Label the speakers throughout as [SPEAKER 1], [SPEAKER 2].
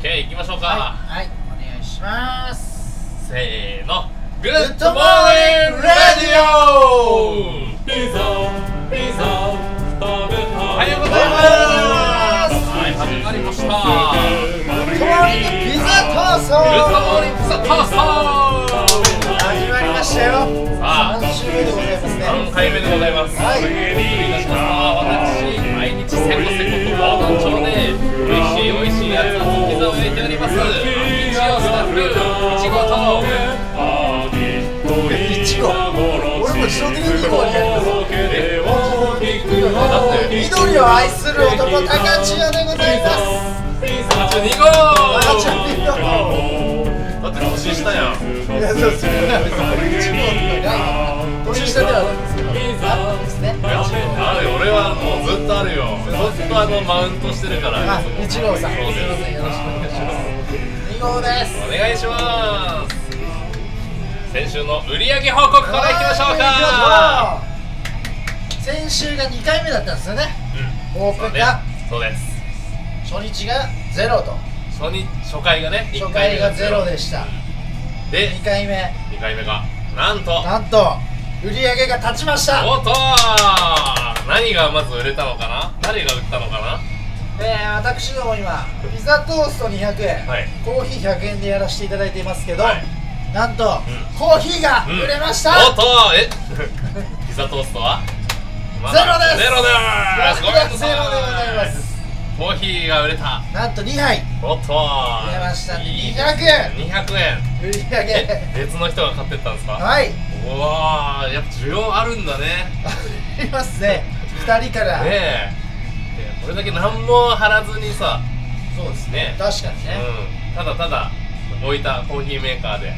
[SPEAKER 1] で行きましょうか、
[SPEAKER 2] はい、お願いします。
[SPEAKER 1] せーのグッ
[SPEAKER 2] ッ
[SPEAKER 1] ド
[SPEAKER 2] ド
[SPEAKER 1] モ
[SPEAKER 2] モ
[SPEAKER 1] ー
[SPEAKER 2] ー
[SPEAKER 1] ニ
[SPEAKER 2] ニ
[SPEAKER 1] ン
[SPEAKER 2] ン
[SPEAKER 1] グラデ
[SPEAKER 2] グラ
[SPEAKER 1] ィ
[SPEAKER 2] ディ
[SPEAKER 1] オ
[SPEAKER 3] ピザピザ食べた
[SPEAKER 1] お
[SPEAKER 3] お
[SPEAKER 1] はようございますはい始まりました
[SPEAKER 2] ともりピザ
[SPEAKER 1] グッドモ
[SPEAKER 2] 闘
[SPEAKER 1] ーニン
[SPEAKER 2] 争
[SPEAKER 1] グザパーソー
[SPEAKER 2] 始まりましたよ。
[SPEAKER 1] さあ
[SPEAKER 2] 三週目でございますね。
[SPEAKER 1] 3回目でございます
[SPEAKER 2] はい
[SPEAKER 1] びっくりいたしました私毎日せこせこと防弾町で美味しい美味しいやつのピザを焼いております一応スタッフいちごと
[SPEAKER 2] いちご俺も自動的にいい子になります緑を愛する男高千代でございます。
[SPEAKER 1] 72号
[SPEAKER 2] 高千代
[SPEAKER 1] だって年下やん
[SPEAKER 2] の。いや、そうですよ。一号とかが年下ではないんですけど。あですね。
[SPEAKER 1] いやあるよ俺はもうずっとあるよずっとあのマウントしてるから
[SPEAKER 2] あ
[SPEAKER 1] いつも、
[SPEAKER 2] 一号さん。す
[SPEAKER 1] そう
[SPEAKER 2] みませ
[SPEAKER 1] で
[SPEAKER 2] ん、よろしくお願いします。二号です。
[SPEAKER 1] すお願いします先週の売上報告からいきましょうか
[SPEAKER 2] 先週が2回目だったんですよねオー
[SPEAKER 1] そ
[SPEAKER 2] プ
[SPEAKER 1] う
[SPEAKER 2] ン
[SPEAKER 1] です
[SPEAKER 2] が
[SPEAKER 1] そうです
[SPEAKER 2] 初日がゼロと
[SPEAKER 1] 初日初回がね一
[SPEAKER 2] 初回がゼロで
[SPEAKER 1] し
[SPEAKER 2] した
[SPEAKER 1] で
[SPEAKER 2] 2回目
[SPEAKER 1] 2回目がなんと
[SPEAKER 2] なんと売り上げが立ちました
[SPEAKER 1] おっと何がまず売れたのかな誰が売ったのか
[SPEAKER 2] えー、私ども今ピザトースト200円、
[SPEAKER 1] はい
[SPEAKER 2] コーヒー100円でやらせていただいていますけど、
[SPEAKER 1] はい
[SPEAKER 2] なんと、
[SPEAKER 1] ん
[SPEAKER 2] コーヒーが
[SPEAKER 1] な、うん
[SPEAKER 2] 売れました、
[SPEAKER 1] おっとえ ピザトーストはま
[SPEAKER 2] ゼ
[SPEAKER 1] だ
[SPEAKER 2] ロです
[SPEAKER 1] ゼロですごめんなさい
[SPEAKER 2] ゼロでございます
[SPEAKER 1] コーヒーが売れた
[SPEAKER 2] なんと2杯
[SPEAKER 1] おっと
[SPEAKER 2] 売れましたね
[SPEAKER 1] いい
[SPEAKER 2] 200
[SPEAKER 1] 円200円
[SPEAKER 2] 売り上
[SPEAKER 1] え
[SPEAKER 2] げ
[SPEAKER 1] 別の人が買ってったんですか
[SPEAKER 2] はい
[SPEAKER 1] うわーやっぱ需要あるんだね
[SPEAKER 2] ありますね2人から、
[SPEAKER 1] ねえでこれだけ何も張らずにさ、
[SPEAKER 2] そうです
[SPEAKER 1] ね
[SPEAKER 2] 確かにね、
[SPEAKER 1] うん、ただただ置いたコーヒーメーカーで、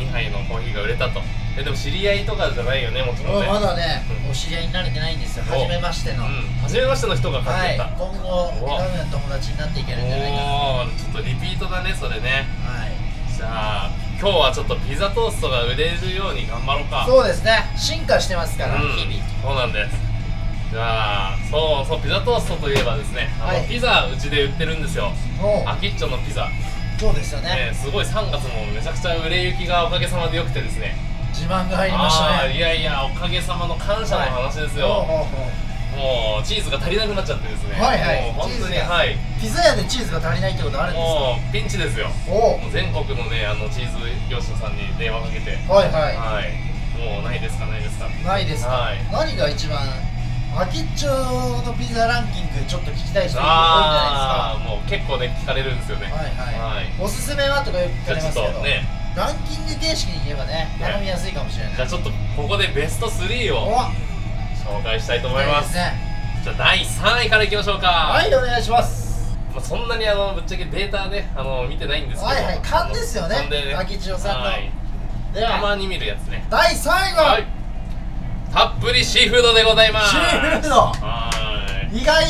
[SPEAKER 1] うん、2杯のコーヒーが売れたとえでも知り合いとかじゃないよねもちろんね
[SPEAKER 2] まだね
[SPEAKER 1] う、ん
[SPEAKER 2] お知り合いになれてないんですよ、
[SPEAKER 1] お
[SPEAKER 2] 初めましての。
[SPEAKER 1] うん、初めましての人が
[SPEAKER 2] は
[SPEAKER 1] 買って
[SPEAKER 2] い、
[SPEAKER 1] った、
[SPEAKER 2] 今後、ラムの友達になっていけるんじゃないかな。
[SPEAKER 1] おーちょっとリピートだねそれね
[SPEAKER 2] はい、
[SPEAKER 1] じゃあ今日はちょっとピザトーストが売れるように頑張ろうかう
[SPEAKER 2] そうですね、進化してますか
[SPEAKER 1] ん
[SPEAKER 2] ら、日々。
[SPEAKER 1] そうなんですじゃあそうそうピザトーストといえばですねあの、
[SPEAKER 2] はい
[SPEAKER 1] ピザうちで売ってるんですよ
[SPEAKER 2] も
[SPEAKER 1] アキッチョのピザ、
[SPEAKER 2] う、そうですよね
[SPEAKER 1] ね、すごい3月もめちゃくちゃ売れ行きがおかげさまで良くてですね
[SPEAKER 2] 自慢が入りました
[SPEAKER 1] あーい
[SPEAKER 2] ね。
[SPEAKER 1] やいやおかげさまの感謝の話ですよ、
[SPEAKER 2] ほうほうほ
[SPEAKER 1] もうチーズが足りなくなっちゃってですね
[SPEAKER 2] うはいはい
[SPEAKER 1] もう本
[SPEAKER 2] チー
[SPEAKER 1] 当
[SPEAKER 2] ズ
[SPEAKER 1] に
[SPEAKER 2] が
[SPEAKER 1] はい
[SPEAKER 2] ピザ屋でチーズが足りないってことあるんですか
[SPEAKER 1] もうピンチですよ
[SPEAKER 2] お
[SPEAKER 1] もう全国のねあのチーズ業者さんに電話かけて
[SPEAKER 2] おはいは
[SPEAKER 1] はい、もうないですかないですか
[SPEAKER 2] い。ないですか
[SPEAKER 1] はい。
[SPEAKER 2] 何が一番、アキッチョのピザランキング、ちょっと聞きたい人いる多いんじ
[SPEAKER 1] あ
[SPEAKER 2] ゃ
[SPEAKER 1] あもう結構ね聞かれるんですよね
[SPEAKER 2] ないですか。はいはい。
[SPEAKER 1] はい
[SPEAKER 2] おすすめはとかよく
[SPEAKER 1] じゃあ
[SPEAKER 2] 聞かれ
[SPEAKER 1] ちょ
[SPEAKER 2] ま
[SPEAKER 1] っ
[SPEAKER 2] すけ
[SPEAKER 1] と
[SPEAKER 2] ど。
[SPEAKER 1] ね
[SPEAKER 2] ランキング形式に言えばね
[SPEAKER 1] ね
[SPEAKER 2] 頼みやすいかもしれない
[SPEAKER 1] じゃあちょっとここでベスト3
[SPEAKER 2] お
[SPEAKER 1] を紹介したいと思います
[SPEAKER 2] いいですね
[SPEAKER 1] じゃあ第3位からいきましょうか
[SPEAKER 2] はいお願いします
[SPEAKER 1] まあ、そんなにあのぶっちゃけデータねあの見てないんですけど
[SPEAKER 2] はいはい勘ですよね
[SPEAKER 1] 勘でね
[SPEAKER 2] 秋千代さんの
[SPEAKER 1] はい
[SPEAKER 2] で
[SPEAKER 1] たま
[SPEAKER 2] は
[SPEAKER 1] に見るやつね
[SPEAKER 2] 第3位
[SPEAKER 1] は
[SPEAKER 2] はい
[SPEAKER 1] たっぷりシーフードでございます
[SPEAKER 2] シーフード
[SPEAKER 1] はい
[SPEAKER 2] 意外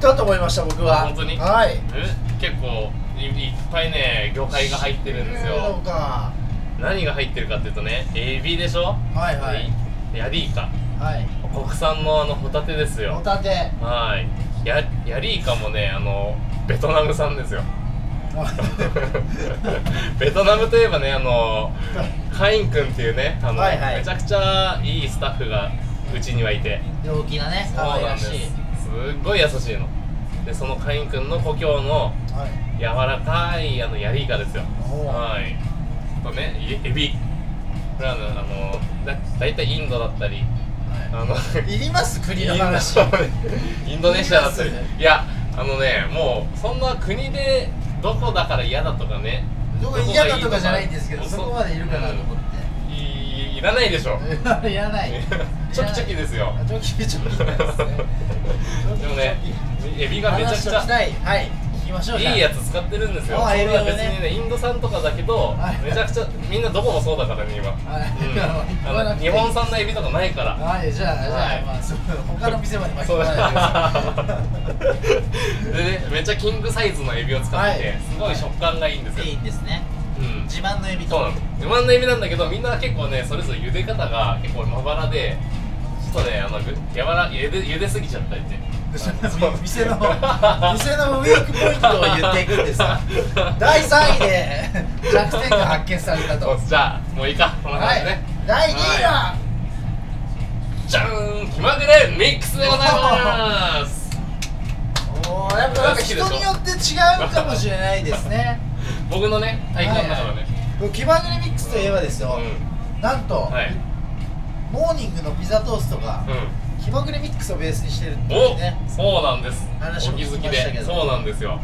[SPEAKER 2] だと思いました僕は
[SPEAKER 1] あ本当に
[SPEAKER 2] はい
[SPEAKER 1] え結構いいっぱいね魚介が入ってるんです
[SPEAKER 2] そう
[SPEAKER 1] よ
[SPEAKER 2] か
[SPEAKER 1] 何が入ってるかっていうとねエビでしょ
[SPEAKER 2] はいはい
[SPEAKER 1] いヤリイカ
[SPEAKER 2] はい
[SPEAKER 1] 国産のあのホタテです
[SPEAKER 2] ホ
[SPEAKER 1] よ
[SPEAKER 2] タテ
[SPEAKER 1] はいやヤリイカもねあのベトナム産です よベトナムといえばねあのカイン君っていうねあの、
[SPEAKER 2] はいはい
[SPEAKER 1] めちゃくちゃいいスタッフがうちにはいて
[SPEAKER 2] 陽気なね可愛らしい
[SPEAKER 1] すっごい優しいのでそのカイン君の故郷の
[SPEAKER 2] はい
[SPEAKER 1] 柔らかいあのヤリイカですよ
[SPEAKER 2] おう
[SPEAKER 1] はいとねいエビこれはねあのだ大体インドだったりあの
[SPEAKER 2] いります
[SPEAKER 1] イ
[SPEAKER 2] 国
[SPEAKER 1] ンド
[SPEAKER 2] の話
[SPEAKER 1] インドネシアだったり
[SPEAKER 2] います
[SPEAKER 1] いやあのねもうそんな国でどこだから嫌だとかね
[SPEAKER 2] どこ嫌だとかじゃないんですけど
[SPEAKER 1] そう
[SPEAKER 2] そこまでいるかなと思っ
[SPEAKER 1] いいらないでしょ
[SPEAKER 2] ていらない
[SPEAKER 1] チョキチョキですよ
[SPEAKER 2] あチョキチョキ
[SPEAKER 1] でもねエビがめちゃくち
[SPEAKER 2] 話しとき
[SPEAKER 1] ゃ
[SPEAKER 2] たいはい聞きましょうじゃあ
[SPEAKER 1] いいやつ使ってるんですよ
[SPEAKER 2] あ
[SPEAKER 1] それは
[SPEAKER 2] エビ
[SPEAKER 1] 別
[SPEAKER 2] をね
[SPEAKER 1] にねインド産とかだけど
[SPEAKER 2] はい
[SPEAKER 1] めちゃくちゃみんなどこもそうだからね今、うんあの日本産のエビとかないから
[SPEAKER 2] はい、じゃあ、じゃ
[SPEAKER 1] はい
[SPEAKER 2] あ、まあ、そう他の店まで巻き
[SPEAKER 1] そう
[SPEAKER 2] 込まないでく
[SPEAKER 1] だ でねめっちゃキングサイズのエビを使って、
[SPEAKER 2] はい
[SPEAKER 1] すごい食感がいいんです
[SPEAKER 2] だ
[SPEAKER 1] よ、
[SPEAKER 2] さい。いいんですね。
[SPEAKER 1] うん
[SPEAKER 2] 自慢のエビ
[SPEAKER 1] そう
[SPEAKER 2] と。
[SPEAKER 1] なの自慢のエビなんだけどみんな結構ねそれぞれ茹で方が結構まばらでちょっとねあのぐ柔らゆで茹ですぎちゃったりね
[SPEAKER 2] でその 店の店のウィークポイントを言っていくっ てさ第3位で 弱点が発見されたとは
[SPEAKER 1] じゃあもういいかこの話
[SPEAKER 2] い
[SPEAKER 1] ね、
[SPEAKER 2] 第2位は
[SPEAKER 1] じゃーん気まぐれミックスでございます
[SPEAKER 2] おーやっぱなんか人によって違うかもしれないですね
[SPEAKER 1] 僕のね体感の中でね
[SPEAKER 2] これ気まぐれミックスといえばですよ、なんと、
[SPEAKER 1] はい
[SPEAKER 2] モーニングのピザトーストが
[SPEAKER 1] う
[SPEAKER 2] 気まぐれミックスをベースにしてるって
[SPEAKER 1] ん
[SPEAKER 2] いう
[SPEAKER 1] お、
[SPEAKER 2] ね
[SPEAKER 1] そうなんです
[SPEAKER 2] 話
[SPEAKER 1] お
[SPEAKER 2] も
[SPEAKER 1] 気
[SPEAKER 2] 聞き
[SPEAKER 1] づき
[SPEAKER 2] ましたけ
[SPEAKER 1] で
[SPEAKER 2] ど
[SPEAKER 1] そうなんですよ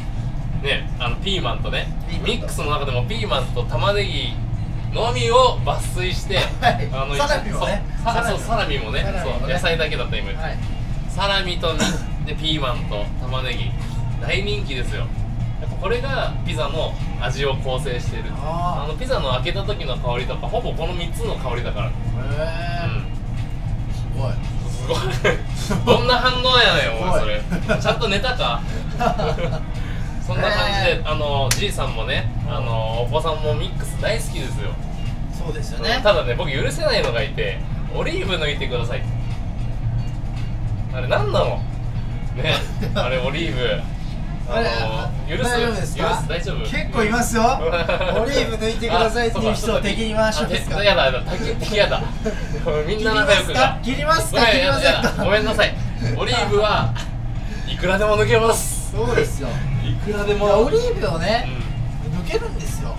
[SPEAKER 1] ねあのピーマンとね
[SPEAKER 2] ピーマンと
[SPEAKER 1] ミックスの中でもピーマンと玉ねぎのみを抜粋して、
[SPEAKER 2] はい
[SPEAKER 1] あの
[SPEAKER 2] サラミをね
[SPEAKER 1] そうさ
[SPEAKER 2] サラミ
[SPEAKER 1] そうサラミもね
[SPEAKER 2] サラミもね
[SPEAKER 1] そう野菜だけだった今言ってた、
[SPEAKER 2] はい
[SPEAKER 1] サラミとみでピーマンと玉ねぎ大人気ですよやっぱこれがピザの味を構成している
[SPEAKER 2] あ
[SPEAKER 1] あのピザの開けた時の香りとかほぼこの3つの香りだから
[SPEAKER 2] へえ
[SPEAKER 1] うん
[SPEAKER 2] す ごい
[SPEAKER 1] すごいどんな反応やねんお前それ
[SPEAKER 2] すごい
[SPEAKER 1] ちゃんと寝たかそんな感じで、
[SPEAKER 2] ねえ
[SPEAKER 1] あのじいさんもねあのお子さんもミックス大好きですよ、
[SPEAKER 2] そうですよね
[SPEAKER 1] ただね僕許せないのがいてオリーブ抜いてくださいってあれ何なのね あれオリーブ
[SPEAKER 2] あれ
[SPEAKER 1] あの許す
[SPEAKER 2] 大丈夫ですか
[SPEAKER 1] 許す大丈夫
[SPEAKER 2] 結構いま すよオリーブ抜いてくださいっていう人を敵に回しますか
[SPEAKER 1] あやだやだ敵敵やだみんな仲良くが
[SPEAKER 2] 切りますか
[SPEAKER 1] ごめん
[SPEAKER 2] 切りませんか
[SPEAKER 1] やだやだごめんなさいオリーブはいくらでも抜けます
[SPEAKER 2] そうですよ
[SPEAKER 1] いくらで
[SPEAKER 2] いやオリ
[SPEAKER 1] ブ
[SPEAKER 2] ーブを
[SPEAKER 1] うん
[SPEAKER 2] ね、抜けるんですよ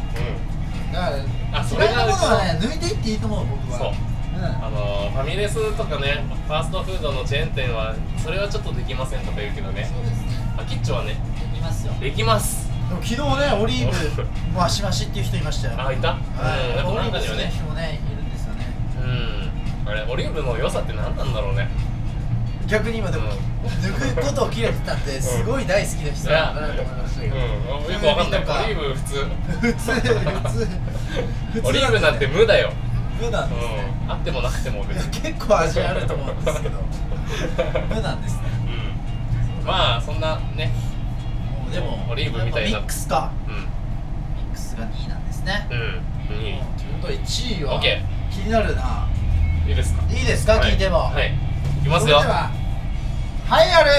[SPEAKER 1] う
[SPEAKER 2] だから
[SPEAKER 1] あそれ
[SPEAKER 2] 嫌い
[SPEAKER 1] が
[SPEAKER 2] な
[SPEAKER 1] うちの
[SPEAKER 2] ものはね抜いていっていいと思う僕は
[SPEAKER 1] そうんんあのファミレスとかねファーストフードのチェーン店はそれはちょっとできませんとか言うけどね
[SPEAKER 2] そうですね
[SPEAKER 1] あキッチョはね
[SPEAKER 2] できますよで
[SPEAKER 1] できます
[SPEAKER 2] も昨日ねオリーブマシマシっていう人いましたよ
[SPEAKER 1] あいたうんやっぱ
[SPEAKER 2] オリーブ
[SPEAKER 1] 中には
[SPEAKER 2] 好きな
[SPEAKER 1] ね
[SPEAKER 2] 人もねいるんですよね
[SPEAKER 1] うんあれオリーブの良さって何なんだろうね
[SPEAKER 2] 逆に今で
[SPEAKER 1] う
[SPEAKER 2] も
[SPEAKER 1] ん
[SPEAKER 2] 抜くことを切れてたんですごい大好きな人なんだなと思いましたけど
[SPEAKER 1] うんよくわかんないオリーブ普通
[SPEAKER 2] 普通普通普通
[SPEAKER 1] オリーブなんて無だよ、
[SPEAKER 2] 無なんですね
[SPEAKER 1] うん、あってもなくても別に
[SPEAKER 2] 結構味あると思うんですけど無なんですね
[SPEAKER 1] うんまあそんなね
[SPEAKER 2] もうでも
[SPEAKER 1] オリーブみたいな
[SPEAKER 2] やっぱミックスか
[SPEAKER 1] う
[SPEAKER 2] ミックスが2位なんですね
[SPEAKER 1] んうんい
[SPEAKER 2] ということで1位
[SPEAKER 1] オ
[SPEAKER 2] は
[SPEAKER 1] ッケ
[SPEAKER 2] 気になるない
[SPEAKER 1] いいですか
[SPEAKER 2] いいですか、
[SPEAKER 1] は
[SPEAKER 2] 聞いても
[SPEAKER 1] はいいき
[SPEAKER 2] そ
[SPEAKER 1] ま
[SPEAKER 2] れ
[SPEAKER 1] す
[SPEAKER 2] で
[SPEAKER 1] よ
[SPEAKER 2] ははいある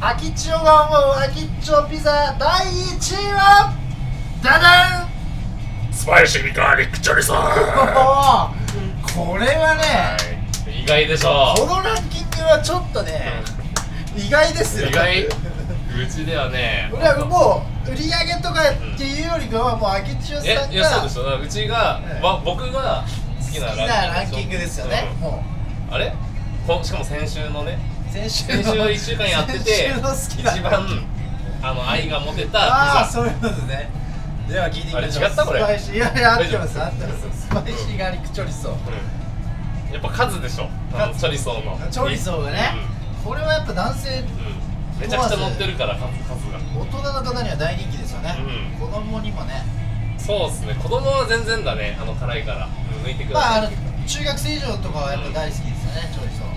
[SPEAKER 2] アキチオが思うアキチオピザ第1位はダダン
[SPEAKER 1] スパイシーガーリックチョリソーは
[SPEAKER 2] おおこれはね
[SPEAKER 1] い意外でしょ
[SPEAKER 2] このランキングはちょっとね意外ですよ
[SPEAKER 1] 意外うちではね
[SPEAKER 2] 俺はもう売り上げとかっていうよりかはもう明智さん
[SPEAKER 1] え
[SPEAKER 2] が
[SPEAKER 1] いやそうでしょだからうちが、
[SPEAKER 2] ええ
[SPEAKER 1] わ僕が好き
[SPEAKER 2] 好
[SPEAKER 1] な
[SPEAKER 2] きな
[SPEAKER 1] ラ
[SPEAKER 2] ラ
[SPEAKER 1] ンキン
[SPEAKER 2] ン
[SPEAKER 1] グ
[SPEAKER 2] キングですよね、
[SPEAKER 1] うん
[SPEAKER 2] も
[SPEAKER 1] あれこしかも先週のね
[SPEAKER 2] う先週の
[SPEAKER 1] 先週1週間やってて
[SPEAKER 2] 先週の好きな
[SPEAKER 1] 一番あの愛が持てたピ
[SPEAKER 2] ああ
[SPEAKER 1] ザ
[SPEAKER 2] そういうことねでは聞いてみましょう
[SPEAKER 1] あれ違ったこれ
[SPEAKER 2] スパイシーいやいや合ってます合
[SPEAKER 1] 大
[SPEAKER 2] っ
[SPEAKER 1] 丈
[SPEAKER 2] て
[SPEAKER 1] 夫
[SPEAKER 2] ますスパイシーガーリックチョリソー
[SPEAKER 1] うんやっぱ数でしょあの
[SPEAKER 2] 数
[SPEAKER 1] チョリソーの
[SPEAKER 2] チョリソーがね、これはやっぱ男性
[SPEAKER 1] うん、うん、めちゃくちゃ乗ってるから数数が
[SPEAKER 2] 大人の方には大人気ですよね、子供にもね
[SPEAKER 1] そうっすね子供は全然だねあの辛いからうん抜いてくだ
[SPEAKER 2] まあ
[SPEAKER 1] さ
[SPEAKER 2] あ
[SPEAKER 1] い、
[SPEAKER 2] の中学生以上とかはやっぱ大好きですよね、チョリソー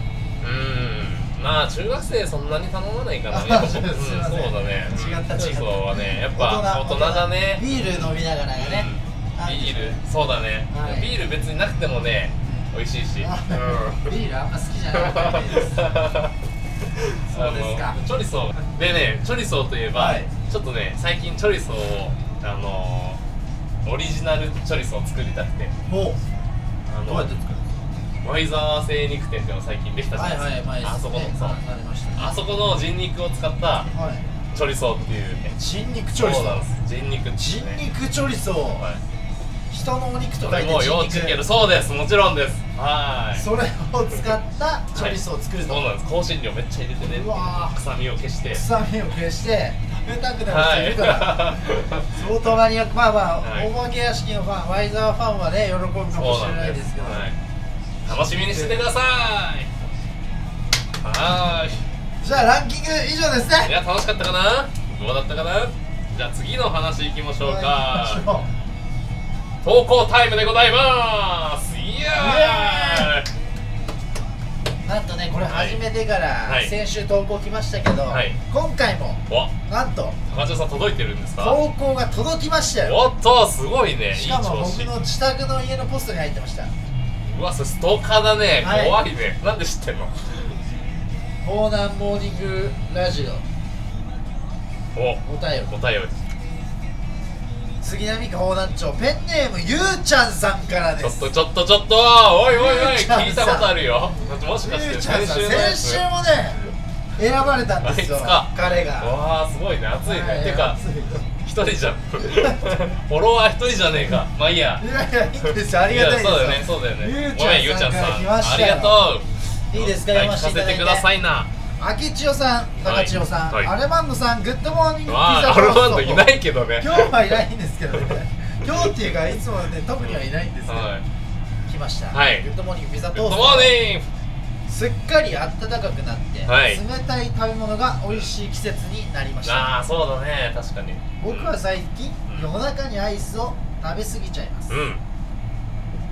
[SPEAKER 1] うんまあ中学生そんなに頼まないからね
[SPEAKER 2] あ
[SPEAKER 1] うん そう
[SPEAKER 2] すいません
[SPEAKER 1] だね
[SPEAKER 2] 違った違った
[SPEAKER 1] チョリソーはねやっぱ大人だね
[SPEAKER 2] ビール飲みながらね、
[SPEAKER 1] うんビールそうだね、
[SPEAKER 2] はい
[SPEAKER 1] ビール別になくてもね美味しいし、うん
[SPEAKER 2] ビールあんま好きじゃなかったみたいですそうですか
[SPEAKER 1] あのチョリソーでねチョリソーといえば、
[SPEAKER 2] はい
[SPEAKER 1] ちょっとね最近チョリソーをあのーオリジナルチョリソーを作りたくて
[SPEAKER 2] もう
[SPEAKER 1] あの
[SPEAKER 2] どうやって作るんです
[SPEAKER 1] ワイザー精肉店っていうのが最近できた
[SPEAKER 2] か
[SPEAKER 1] じゃな
[SPEAKER 2] はいいはい
[SPEAKER 1] ですか、
[SPEAKER 2] 前
[SPEAKER 1] あそこのそう
[SPEAKER 2] ありましたね
[SPEAKER 1] あそこの人肉を使った
[SPEAKER 2] はい
[SPEAKER 1] チョリソーっていうね
[SPEAKER 2] 人肉チョリソ
[SPEAKER 1] そうなん
[SPEAKER 2] ー
[SPEAKER 1] です人肉ってい
[SPEAKER 2] 人
[SPEAKER 1] うね
[SPEAKER 2] 肉チョリソー、
[SPEAKER 1] はい
[SPEAKER 2] 人のお肉と
[SPEAKER 1] こ
[SPEAKER 2] 書い
[SPEAKER 1] れ
[SPEAKER 2] て
[SPEAKER 1] もう幼
[SPEAKER 2] 人
[SPEAKER 1] 稚園
[SPEAKER 2] 肉
[SPEAKER 1] そうですもちろんですはい
[SPEAKER 2] それを使ったチョリソーを作ると、
[SPEAKER 1] そうなんです香辛料めっちゃ入れてね
[SPEAKER 2] うわー
[SPEAKER 1] 臭みを消して
[SPEAKER 2] 臭みを消して食べたくな
[SPEAKER 1] は
[SPEAKER 2] る人い
[SPEAKER 1] い
[SPEAKER 2] るから、相当マニアックまあまあ、
[SPEAKER 1] はい
[SPEAKER 2] お化け屋敷のファンワイザーファンはね喜ぶかも
[SPEAKER 1] そう
[SPEAKER 2] しれ
[SPEAKER 1] な
[SPEAKER 2] ない
[SPEAKER 1] んで
[SPEAKER 2] です
[SPEAKER 1] す
[SPEAKER 2] けど
[SPEAKER 1] はい楽しみにしててくださいは
[SPEAKER 2] じゃあランキング以上です
[SPEAKER 1] ーいい
[SPEAKER 2] ね
[SPEAKER 1] や楽しかったかなどうだったかなじゃあ次の話行きましょう
[SPEAKER 2] はい行きましょ
[SPEAKER 1] か
[SPEAKER 2] う
[SPEAKER 1] 投稿タイムでございますいや
[SPEAKER 2] なんとねこれ
[SPEAKER 1] はい
[SPEAKER 2] 始めてから、
[SPEAKER 1] はい
[SPEAKER 2] 先週投稿来ましたけど、
[SPEAKER 1] はい
[SPEAKER 2] 今回も
[SPEAKER 1] ーわ
[SPEAKER 2] なんと
[SPEAKER 1] 高城さん届いてるんですか
[SPEAKER 2] 投稿が届きましたよ
[SPEAKER 1] おっとすごいねいい
[SPEAKER 2] しかも
[SPEAKER 1] 調
[SPEAKER 2] 僕
[SPEAKER 1] 子
[SPEAKER 2] の自宅の家のポストに入ってました
[SPEAKER 1] うわそれストーカーだね
[SPEAKER 2] はい
[SPEAKER 1] 怖いねなんで知ってんの
[SPEAKER 2] 方南モーニングラジオ
[SPEAKER 1] お
[SPEAKER 2] お便り
[SPEAKER 1] 答えをち
[SPEAKER 2] 杉並区方南町ペンネームゆうちゃんさんからで
[SPEAKER 1] ょっ
[SPEAKER 2] す
[SPEAKER 1] とちょっとちょっとおいおいおい
[SPEAKER 2] ゆうちゃんさん
[SPEAKER 1] 聞いたことあるよもしかし
[SPEAKER 2] ゆ
[SPEAKER 1] て
[SPEAKER 2] うちゃ
[SPEAKER 1] 先
[SPEAKER 2] んさん
[SPEAKER 1] 週のや
[SPEAKER 2] 先
[SPEAKER 1] つ
[SPEAKER 2] 週もね選ばれたんですよ
[SPEAKER 1] あいつか
[SPEAKER 2] 彼が
[SPEAKER 1] わあすごいね熱いね、
[SPEAKER 2] はい
[SPEAKER 1] てか
[SPEAKER 2] 熱いよ
[SPEAKER 1] 一人じゃん フォロワー一人じゃねえかまあいいや
[SPEAKER 2] いやいやいいんですよありがたいですよ
[SPEAKER 1] やそうだよねそうだよねごめんゆ
[SPEAKER 2] ゆ
[SPEAKER 1] う
[SPEAKER 2] う
[SPEAKER 1] ち
[SPEAKER 2] ち
[SPEAKER 1] ゃ
[SPEAKER 2] ゃ
[SPEAKER 1] ん
[SPEAKER 2] ん
[SPEAKER 1] さ
[SPEAKER 2] さ
[SPEAKER 1] ん
[SPEAKER 2] んから来ま
[SPEAKER 1] あ
[SPEAKER 2] し
[SPEAKER 1] り
[SPEAKER 2] たよ
[SPEAKER 1] がとう
[SPEAKER 2] いいですか
[SPEAKER 1] はい
[SPEAKER 2] 読ま
[SPEAKER 1] 聞
[SPEAKER 2] せて
[SPEAKER 1] かせて
[SPEAKER 2] いただいて
[SPEAKER 1] くださいな
[SPEAKER 2] 秋千代さん
[SPEAKER 1] はい
[SPEAKER 2] 高千代さん、
[SPEAKER 1] はい
[SPEAKER 2] アレマンドさんグッドモーニングピ
[SPEAKER 1] ま
[SPEAKER 2] ザ
[SPEAKER 1] あアルマンド
[SPEAKER 2] 放送
[SPEAKER 1] いないけどね
[SPEAKER 2] 今日はいないんですけどね今日っていうかいつもね特にはいないんですけど、
[SPEAKER 1] はい
[SPEAKER 2] 来ました、
[SPEAKER 1] はい
[SPEAKER 2] グッドモーニングピザ
[SPEAKER 1] グッ
[SPEAKER 2] トー
[SPEAKER 1] ド
[SPEAKER 2] ス
[SPEAKER 1] モ
[SPEAKER 2] ト
[SPEAKER 1] ーニング
[SPEAKER 2] すっかり暖かくなって、
[SPEAKER 1] はい
[SPEAKER 2] 冷たい食べ物が美味しい季節になりました
[SPEAKER 1] ああそうだね確かに
[SPEAKER 2] 僕は最近
[SPEAKER 1] うん
[SPEAKER 2] 夜中にアイスを食べ過ぎちゃいます、
[SPEAKER 1] うん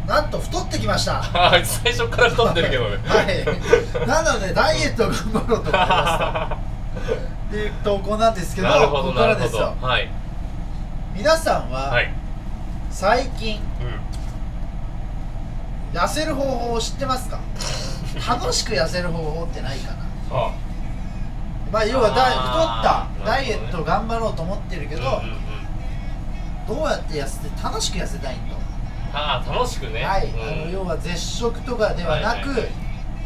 [SPEAKER 2] なんと太ってきました
[SPEAKER 1] あいつ最初から太ってるけどね
[SPEAKER 2] はい、なのでダイエットを頑張ろうと思い ますっていう投稿なんですけど
[SPEAKER 1] なるほど
[SPEAKER 2] ここか
[SPEAKER 1] な
[SPEAKER 2] ら
[SPEAKER 1] る
[SPEAKER 2] で
[SPEAKER 1] ほ
[SPEAKER 2] す
[SPEAKER 1] ど
[SPEAKER 2] よ
[SPEAKER 1] はい
[SPEAKER 2] 皆さんは、
[SPEAKER 1] はい
[SPEAKER 2] 最近
[SPEAKER 1] うん
[SPEAKER 2] 痩せる方法を知ってますか楽しく痩せる方法ってないかな
[SPEAKER 1] あ
[SPEAKER 2] まあ要はダ
[SPEAKER 1] あ
[SPEAKER 2] イ
[SPEAKER 1] ー
[SPEAKER 2] 太ったダイエットを頑張ろうと思ってる
[SPEAKER 1] け
[SPEAKER 2] けど、
[SPEAKER 1] うんうん
[SPEAKER 2] どうやって痩せて楽しく痩せたいんと、
[SPEAKER 1] ああ楽しくね
[SPEAKER 2] はい、
[SPEAKER 1] うん
[SPEAKER 2] あの要は絶食とかではなく、
[SPEAKER 1] はいはい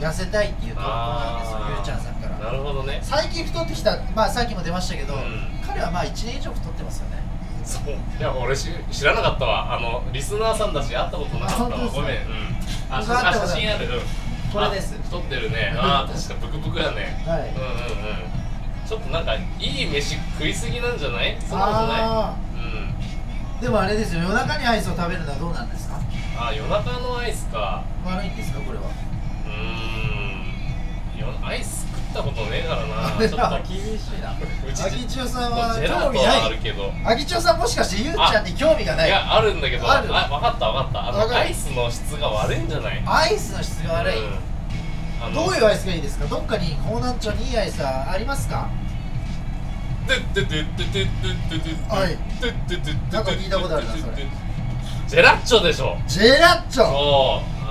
[SPEAKER 2] 痩せたいっていう投稿なんですよ
[SPEAKER 1] あー
[SPEAKER 2] ゆうちゃんさんから
[SPEAKER 1] なるほどね
[SPEAKER 2] 最近太ってきたまあさっきも出ましたけど、
[SPEAKER 1] うん
[SPEAKER 2] 彼はまあ1年以上太ってますよね
[SPEAKER 1] そういや俺し知らなかったわあのリスナーさんだし会ったことなかった
[SPEAKER 2] あ
[SPEAKER 1] わ
[SPEAKER 2] 本当ですか
[SPEAKER 1] ごめん、うん、あ
[SPEAKER 2] 僕会った
[SPEAKER 1] 写
[SPEAKER 2] こと
[SPEAKER 1] 写真ある、うん、
[SPEAKER 2] これです
[SPEAKER 1] あ太ってるねあー確かブクブクだね
[SPEAKER 2] はい
[SPEAKER 1] うんうんうんちょっとなんかいい飯食いすぎなんじゃないそんなこと
[SPEAKER 2] あ
[SPEAKER 1] ないうん
[SPEAKER 2] でもあれですよ夜中にアイスを食べるのはどうなんですか
[SPEAKER 1] あー夜中のアイスか
[SPEAKER 2] 悪いんですかこれは
[SPEAKER 1] うーんよアイス食ったことねえから なちょっと
[SPEAKER 2] 厳しいな
[SPEAKER 1] うち
[SPEAKER 2] 秋千代さんは
[SPEAKER 1] ジェラ
[SPEAKER 2] 興
[SPEAKER 1] ート
[SPEAKER 2] 味
[SPEAKER 1] はあ
[SPEAKER 2] な
[SPEAKER 1] る
[SPEAKER 2] い
[SPEAKER 1] けど
[SPEAKER 2] 秋千代さんもしかしてゆうちゃんに興味がないい
[SPEAKER 1] やあるんだけど
[SPEAKER 2] あ
[SPEAKER 1] あ
[SPEAKER 2] る
[SPEAKER 1] 分かった分かったあ
[SPEAKER 2] わ
[SPEAKER 1] の
[SPEAKER 2] かる
[SPEAKER 1] アイスの質が悪いんじゃない
[SPEAKER 2] アイスの質が悪い、
[SPEAKER 1] うんあの
[SPEAKER 2] どういうアイスがいいですかどっかに方南町にいいアイスはありますか
[SPEAKER 1] ジェラッチョでしょ
[SPEAKER 2] ジェラッチ
[SPEAKER 1] そう
[SPEAKER 2] ョ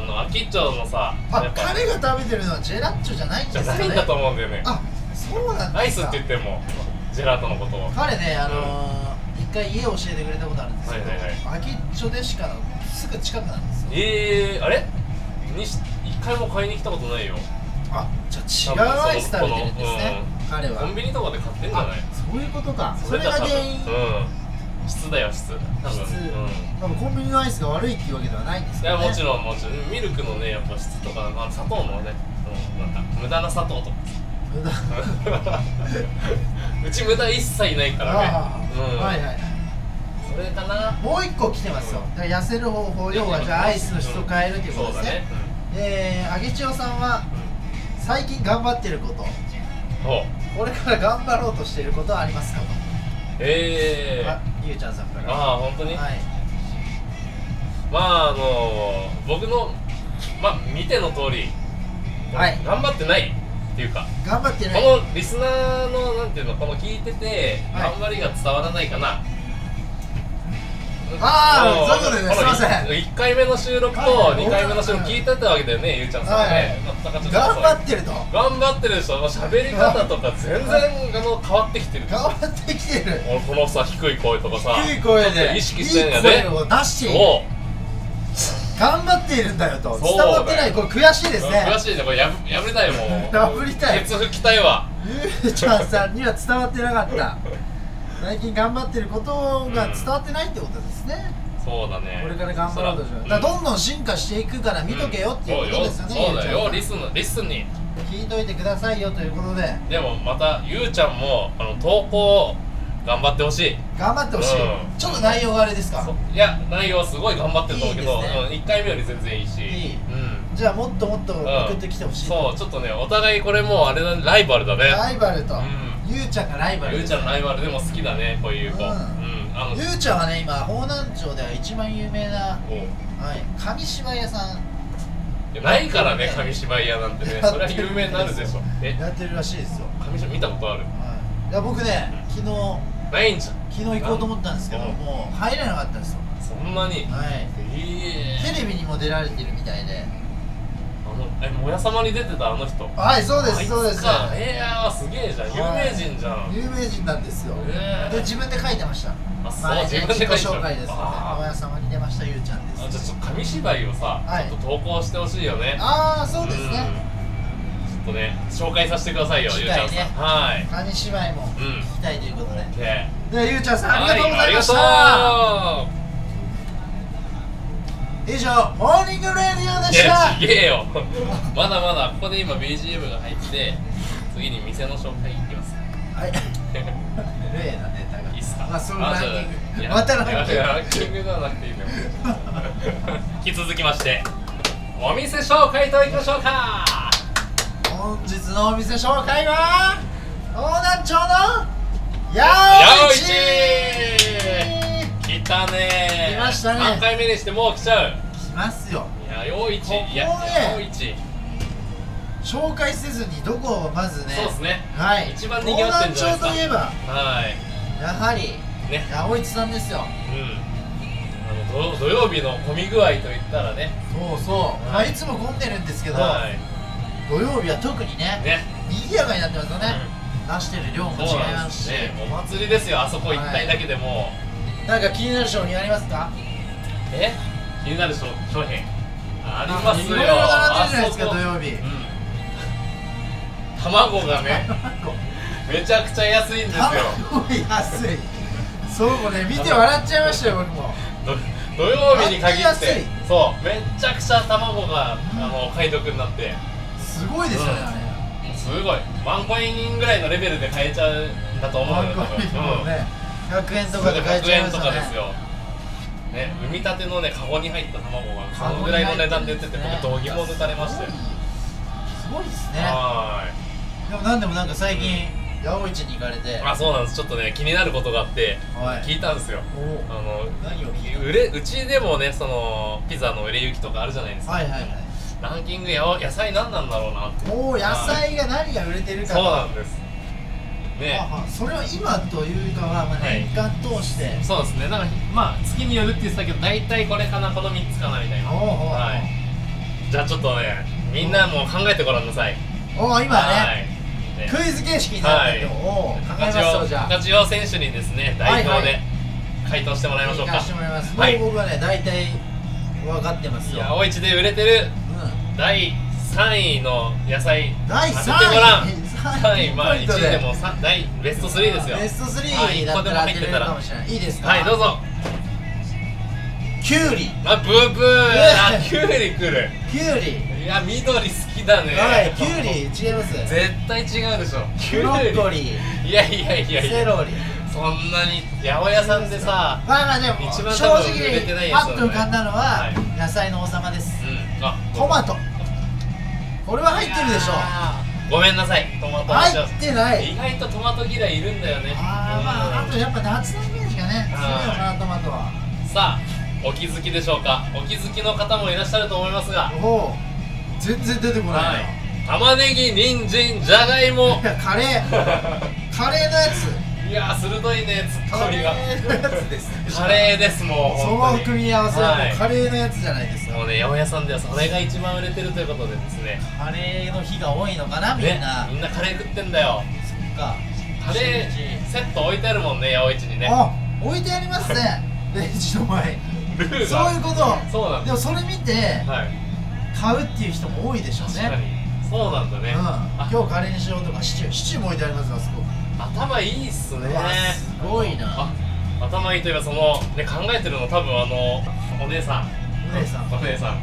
[SPEAKER 1] あの秋町のさ
[SPEAKER 2] あ彼が食べてるのはジェラッチョじゃないん
[SPEAKER 1] じ
[SPEAKER 2] で
[SPEAKER 1] ゃ
[SPEAKER 2] すよ
[SPEAKER 1] な
[SPEAKER 2] ね
[SPEAKER 1] いんだと思うんだよね
[SPEAKER 2] あそうなんですか
[SPEAKER 1] アイスって言ってもジェラートのことを
[SPEAKER 2] 彼ねあのー一回家を教えてくれたことあるんですけど、
[SPEAKER 1] はいはいはい
[SPEAKER 2] 秋っちょでしかすぐ近くなんですよ
[SPEAKER 1] えー、あれにし一回も買いに来たことないよ
[SPEAKER 2] あじゃあ違うアイス食べてるんですね彼は
[SPEAKER 1] コンビニとかで買ってんじゃ
[SPEAKER 2] あ
[SPEAKER 1] ない
[SPEAKER 2] そういうことかそれが
[SPEAKER 1] 多分
[SPEAKER 2] 原因
[SPEAKER 1] うん質だよ質多分
[SPEAKER 2] 質
[SPEAKER 1] うん
[SPEAKER 2] 多分コンビニのアイスが悪いっていうわけではないんです
[SPEAKER 1] い
[SPEAKER 2] けど、
[SPEAKER 1] や
[SPEAKER 2] ね、
[SPEAKER 1] もちろんもちろんミルクのねやっぱ質とか、まあ、砂糖もね、うん、なんか無駄な砂糖とか
[SPEAKER 2] 無駄
[SPEAKER 1] うち無駄一切ないからね
[SPEAKER 2] ああ、
[SPEAKER 1] うん
[SPEAKER 2] はいはいはい
[SPEAKER 1] それかな
[SPEAKER 2] もう一個来てますよ、
[SPEAKER 1] うん
[SPEAKER 2] だから痩せる方法要はじゃあアイスの質を変えるということですね,、えー、あげちおさんは最近頑張ってること
[SPEAKER 1] そうだね、うん、お
[SPEAKER 2] これから頑張ろうとしていることはありますかと、
[SPEAKER 1] ええ
[SPEAKER 2] あゆうちゃんさんから
[SPEAKER 1] ああ本当に、
[SPEAKER 2] はい
[SPEAKER 1] まああの僕のまあ見ての通り、
[SPEAKER 2] はい
[SPEAKER 1] 頑張ってないっていうか
[SPEAKER 2] 頑張ってね
[SPEAKER 1] このリスナーのなんていうのこの聞いてて、
[SPEAKER 2] はい
[SPEAKER 1] 頑張りが伝わらないかな
[SPEAKER 2] あー
[SPEAKER 1] も
[SPEAKER 2] そういうことね
[SPEAKER 1] の
[SPEAKER 2] すいませ
[SPEAKER 1] 1回目の収録と
[SPEAKER 2] はい
[SPEAKER 1] 2回目の収録聞いてたわけだよねゆうちゃんさんはね、なんかちょっと
[SPEAKER 2] 頑張ってると
[SPEAKER 1] 頑張ってるでしょ喋り方とか全然あの変わってきてるでし
[SPEAKER 2] 頑
[SPEAKER 1] ょ
[SPEAKER 2] 張ってきてる
[SPEAKER 1] 俺このさ低い声とかさ
[SPEAKER 2] 低い声
[SPEAKER 1] ちょっ
[SPEAKER 2] で
[SPEAKER 1] と意識してんや
[SPEAKER 2] いい
[SPEAKER 1] ね
[SPEAKER 2] 声を出している
[SPEAKER 1] おう
[SPEAKER 2] 頑張っているんだよ
[SPEAKER 1] そ
[SPEAKER 2] と
[SPEAKER 1] うだ
[SPEAKER 2] 伝
[SPEAKER 1] よ
[SPEAKER 2] わってないこれ悔しいですね
[SPEAKER 1] 悔しいねこれやぶ破りたいもう
[SPEAKER 2] 破りたい
[SPEAKER 1] ケツ吹きたいわ
[SPEAKER 2] ゆうちゃんさんには伝わってなかった最近頑張ってることが伝わってないってことですね、
[SPEAKER 1] そうだね
[SPEAKER 2] これから頑張ろうとしよう
[SPEAKER 1] そ
[SPEAKER 2] だ
[SPEAKER 1] ら
[SPEAKER 2] からどんどん進化していくから見とけよっていうことですよね、
[SPEAKER 1] そうよそうだよ
[SPEAKER 2] ゆ
[SPEAKER 1] リ
[SPEAKER 2] うち
[SPEAKER 1] スンリスンに
[SPEAKER 2] ゃんさん聞いといてくださいよということで
[SPEAKER 1] でもまたゆうちゃんもあの投稿を頑張ってほしい
[SPEAKER 2] 頑張ってほしい、
[SPEAKER 1] うん
[SPEAKER 2] ちょっと内容があれですか
[SPEAKER 1] そいや内容すごい頑張ってると思うけ
[SPEAKER 2] いい
[SPEAKER 1] ど
[SPEAKER 2] ですね
[SPEAKER 1] うん1回目より全然いいし
[SPEAKER 2] いい
[SPEAKER 1] うん
[SPEAKER 2] じゃあもっともっと
[SPEAKER 1] うん
[SPEAKER 2] 送ってきてほしい、
[SPEAKER 1] そうちょっとねお互いこれもうあれだねライバルだね
[SPEAKER 2] ライバルと、
[SPEAKER 1] うん
[SPEAKER 2] ゆうちゃんがライバル
[SPEAKER 1] ゆ
[SPEAKER 2] で
[SPEAKER 1] う
[SPEAKER 2] す
[SPEAKER 1] ちゃんのライバルでも好きだねこういう子
[SPEAKER 2] う
[SPEAKER 1] うんんあの
[SPEAKER 2] ゆうちゃんはね今方南町では一番有名な、
[SPEAKER 1] おう
[SPEAKER 2] はい、紙芝居屋さん
[SPEAKER 1] いやないからね紙芝居屋なんてねそれは有名になるで しょえ
[SPEAKER 2] やってるらしいですよ、
[SPEAKER 1] 紙芝居見たことある
[SPEAKER 2] はい、いや僕ね昨日
[SPEAKER 1] ないんじゃん
[SPEAKER 2] 昨日行こうと思ったんですけど
[SPEAKER 1] うん
[SPEAKER 2] もう入れなかったんですよ
[SPEAKER 1] そんなに
[SPEAKER 2] はい
[SPEAKER 1] いいえ
[SPEAKER 2] テレビにも出られてるみたいで
[SPEAKER 1] あのえもや様に出てたあの人
[SPEAKER 2] はいそうで
[SPEAKER 1] あい
[SPEAKER 2] す
[SPEAKER 1] つ
[SPEAKER 2] そうです
[SPEAKER 1] かえー、あーすげえじゃん有名人じゃん、
[SPEAKER 2] 有名人なんですよ
[SPEAKER 1] へー
[SPEAKER 2] で自分で書いてました
[SPEAKER 1] あそう
[SPEAKER 2] はい
[SPEAKER 1] 自分で
[SPEAKER 2] 自己
[SPEAKER 1] 書いてた
[SPEAKER 2] 紹介です
[SPEAKER 1] あー
[SPEAKER 2] 青屋様に出ましたゆうちゃんです
[SPEAKER 1] あじゃあちょっと紙芝居をさ、
[SPEAKER 2] はい
[SPEAKER 1] ちょっと投稿してほしいよね
[SPEAKER 2] ああそうですね
[SPEAKER 1] うんちょっとね紹介させてくださいよ、
[SPEAKER 2] 聞
[SPEAKER 1] ゆ
[SPEAKER 2] き
[SPEAKER 1] うち
[SPEAKER 2] た
[SPEAKER 1] ゃ
[SPEAKER 2] いね
[SPEAKER 1] んさんはい
[SPEAKER 2] 紙芝居も
[SPEAKER 1] うん
[SPEAKER 2] 聞きたいということで
[SPEAKER 1] で
[SPEAKER 2] ではゆうちゃんさんありがとうございました、
[SPEAKER 1] は
[SPEAKER 2] 以上モーニングレ
[SPEAKER 1] い
[SPEAKER 2] ディオ
[SPEAKER 1] ありがとう
[SPEAKER 2] でし
[SPEAKER 1] いやちげえよ まだまだここで今 BGM が入って次に店の紹介いきます
[SPEAKER 2] たはい例なネタが
[SPEAKER 1] いいっすか
[SPEAKER 2] まあそう
[SPEAKER 1] あ
[SPEAKER 2] ラン
[SPEAKER 1] じゃ
[SPEAKER 2] キン
[SPEAKER 1] い
[SPEAKER 2] グ
[SPEAKER 1] や
[SPEAKER 2] またランキン
[SPEAKER 1] いや
[SPEAKER 2] グ
[SPEAKER 1] ランキングではなくていいのよ 引き続きましてお店紹介いただきましょうか
[SPEAKER 2] 本日のお店紹介は大南町の
[SPEAKER 1] 八
[SPEAKER 2] 八
[SPEAKER 1] 百
[SPEAKER 2] 百
[SPEAKER 1] 市来たねー
[SPEAKER 2] 来ましたね
[SPEAKER 1] 3回目にしてもう来ちゃう
[SPEAKER 2] 一来ますよ
[SPEAKER 1] いや陽一
[SPEAKER 2] ここね
[SPEAKER 1] いや陽一
[SPEAKER 2] 紹介せずにどこをまずね
[SPEAKER 1] そうですね
[SPEAKER 2] はい
[SPEAKER 1] 一番賑わってんじゃないですか
[SPEAKER 2] 大南町といえば
[SPEAKER 1] はい
[SPEAKER 2] やはり
[SPEAKER 1] ね
[SPEAKER 2] 八百市さんですよ
[SPEAKER 1] うんあの土土曜日の混み具合といったらね
[SPEAKER 2] そうそう、まあ、いつも混んでるんですけど、
[SPEAKER 1] はい
[SPEAKER 2] 土曜日は特にね
[SPEAKER 1] ね
[SPEAKER 2] 賑やかになってますよね、出してる量も違い
[SPEAKER 1] そうなん
[SPEAKER 2] ま
[SPEAKER 1] です
[SPEAKER 2] し
[SPEAKER 1] すねお祭りですよあそこ一帯だけでも
[SPEAKER 2] なんか気になる商品ありますか
[SPEAKER 1] うえ気になる商商品ありますよ
[SPEAKER 2] いろいろ並んでるじゃないですか
[SPEAKER 1] あそこ
[SPEAKER 2] 土曜日
[SPEAKER 1] うん卵がねめちゃくちゃ安いんですよ
[SPEAKER 2] 卵安いそうもね見て笑っちゃいましたよ僕も
[SPEAKER 1] ど土曜日に限
[SPEAKER 2] あ
[SPEAKER 1] っ
[SPEAKER 2] 安
[SPEAKER 1] て
[SPEAKER 2] い
[SPEAKER 1] そうめちゃくちゃ卵があの解読になって
[SPEAKER 2] すごいですよね、
[SPEAKER 1] うん
[SPEAKER 2] あれ
[SPEAKER 1] すごいワンコインぐらいのレベルで買えちゃうんだと思うよ
[SPEAKER 2] ワンコインも
[SPEAKER 1] うん
[SPEAKER 2] ね、100円とかで買え
[SPEAKER 1] 100
[SPEAKER 2] ちゃい
[SPEAKER 1] 円
[SPEAKER 2] ます
[SPEAKER 1] と
[SPEAKER 2] よ
[SPEAKER 1] か
[SPEAKER 2] ね
[SPEAKER 1] ですよね、産みたてのね、カゴに入った卵がそのぐらいの値段で売ってて、僕、度肝を抜かれましたよ。
[SPEAKER 2] すごいですね
[SPEAKER 1] はーい
[SPEAKER 2] でもなんでもなんか最近八百市に行かれて
[SPEAKER 1] あそうなんですちょっとね気になることがあって
[SPEAKER 2] はい
[SPEAKER 1] 聞いたんですよ
[SPEAKER 2] お
[SPEAKER 1] あ
[SPEAKER 2] お
[SPEAKER 1] の
[SPEAKER 2] 何を聞いた
[SPEAKER 1] 売れうちでもねそのピザの売れ行きとかあるじゃないですか
[SPEAKER 2] はいはいはい
[SPEAKER 1] ランキングやわ野菜何なんだろうなって
[SPEAKER 2] もう野菜が何が売れてるか
[SPEAKER 1] そうな
[SPEAKER 2] と
[SPEAKER 1] んです
[SPEAKER 2] あ
[SPEAKER 1] ね
[SPEAKER 2] はそれを今というかはまあ
[SPEAKER 1] はい
[SPEAKER 2] 年間通して
[SPEAKER 1] そうですねなんかまあ月によるって言ってたけど大体これかなこの3つかなみたいな
[SPEAKER 2] おうおうおう
[SPEAKER 1] はいじゃあちょっとねみんなもう考えてごらんなさい
[SPEAKER 2] おお今
[SPEAKER 1] は
[SPEAKER 2] ね
[SPEAKER 1] いね
[SPEAKER 2] クイズ形式になってるけど
[SPEAKER 1] はい
[SPEAKER 2] おお考えまし
[SPEAKER 1] 高
[SPEAKER 2] ょ
[SPEAKER 1] 千
[SPEAKER 2] うじゃ
[SPEAKER 1] 穂
[SPEAKER 2] あ
[SPEAKER 1] 高千穂選手にですね代表
[SPEAKER 2] は
[SPEAKER 1] で
[SPEAKER 2] い
[SPEAKER 1] 回答してもらいましょう
[SPEAKER 2] 行
[SPEAKER 1] か
[SPEAKER 2] かしてもらいますも
[SPEAKER 1] はいう
[SPEAKER 2] 僕はね大体分かってますよ
[SPEAKER 1] 八百市で売れてる
[SPEAKER 2] う
[SPEAKER 1] 第3位の野菜
[SPEAKER 2] ん第
[SPEAKER 1] 当
[SPEAKER 2] 3
[SPEAKER 1] ててごらん
[SPEAKER 2] 位
[SPEAKER 1] 3位まあ1位でも
[SPEAKER 2] 3
[SPEAKER 1] さ第ベスト3ですよ
[SPEAKER 2] ベスト
[SPEAKER 1] はい
[SPEAKER 2] 3
[SPEAKER 1] 一
[SPEAKER 2] だ
[SPEAKER 1] 個
[SPEAKER 2] っ
[SPEAKER 1] で
[SPEAKER 2] た
[SPEAKER 1] も
[SPEAKER 2] ら
[SPEAKER 1] 入
[SPEAKER 2] 当
[SPEAKER 1] ってて
[SPEAKER 2] れ
[SPEAKER 1] た
[SPEAKER 2] る
[SPEAKER 1] ら
[SPEAKER 2] か
[SPEAKER 1] は
[SPEAKER 2] もしれないいいですか
[SPEAKER 1] いどうぞ
[SPEAKER 2] きゅうり
[SPEAKER 1] あブーブー
[SPEAKER 2] え
[SPEAKER 1] あキュウリくる
[SPEAKER 2] きゅうり
[SPEAKER 1] いや緑好きだね
[SPEAKER 2] はいきゅうり違います
[SPEAKER 1] 絶対違うでしょキ
[SPEAKER 2] ブロッコ
[SPEAKER 1] ュウ
[SPEAKER 2] リー
[SPEAKER 1] リいやいやいやい
[SPEAKER 2] セ
[SPEAKER 1] や
[SPEAKER 2] ロリ
[SPEAKER 1] そんなに八百屋さんでさ
[SPEAKER 2] まあまあでも
[SPEAKER 1] 一
[SPEAKER 2] 正
[SPEAKER 1] 番多分売れてないや
[SPEAKER 2] 直
[SPEAKER 1] つ
[SPEAKER 2] パ
[SPEAKER 1] だね
[SPEAKER 2] ッと浮かんだのは
[SPEAKER 1] はい
[SPEAKER 2] 野菜の王様です
[SPEAKER 1] うんあ
[SPEAKER 2] トマトこれは入ってるでしょ
[SPEAKER 1] ごめんなさいトマト
[SPEAKER 2] 入ってない
[SPEAKER 1] 意外とトマト嫌いいるんだよね
[SPEAKER 2] あーまああとやっぱ夏のイメージがね強いよ
[SPEAKER 1] は
[SPEAKER 2] なトマトは
[SPEAKER 1] さあお気づきでしょうかお気づきの方もいらっしゃると思いますが
[SPEAKER 2] おお全然出てこ
[SPEAKER 1] は
[SPEAKER 2] ないない
[SPEAKER 1] 玉ねぎ人参じゃがいも
[SPEAKER 2] いやカレーカレーのやつ
[SPEAKER 1] いやー鋭いねツッ
[SPEAKER 2] カ
[SPEAKER 1] コミ
[SPEAKER 2] レ
[SPEAKER 1] が
[SPEAKER 2] ーのやつですね
[SPEAKER 1] カレーですもう本
[SPEAKER 2] そ
[SPEAKER 1] 当
[SPEAKER 2] の
[SPEAKER 1] に
[SPEAKER 2] 組み合わせはも
[SPEAKER 1] はいう
[SPEAKER 2] カレーのやつじゃないですか
[SPEAKER 1] もうね八百屋さんではそれが一番売れてるということでですね
[SPEAKER 2] カレーの日が多いのかなみん
[SPEAKER 1] ね
[SPEAKER 2] な、
[SPEAKER 1] みんなカレー食ってんだよ
[SPEAKER 2] そっか
[SPEAKER 1] カレーセット置いてあるもんね八百市にね
[SPEAKER 2] あ置いてありますねレジの前に
[SPEAKER 1] ルー
[SPEAKER 2] そう
[SPEAKER 1] が
[SPEAKER 2] いうこと
[SPEAKER 1] そうなん
[SPEAKER 2] で
[SPEAKER 1] だ
[SPEAKER 2] もそれ見て
[SPEAKER 1] はい
[SPEAKER 2] 買うっていう人も多いでしょう
[SPEAKER 1] 確かに
[SPEAKER 2] ね
[SPEAKER 1] そうなんだ
[SPEAKER 2] うん
[SPEAKER 1] ね、あ
[SPEAKER 2] 今日カレーにしようとかシチューシチューも置いてありますよあそこ
[SPEAKER 1] 頭いいっすね
[SPEAKER 2] うわすごいな
[SPEAKER 1] あ頭いいといえばその、ね、考えてるの多分あのお姉さん
[SPEAKER 2] お姉さん
[SPEAKER 1] お姉さん
[SPEAKER 2] はい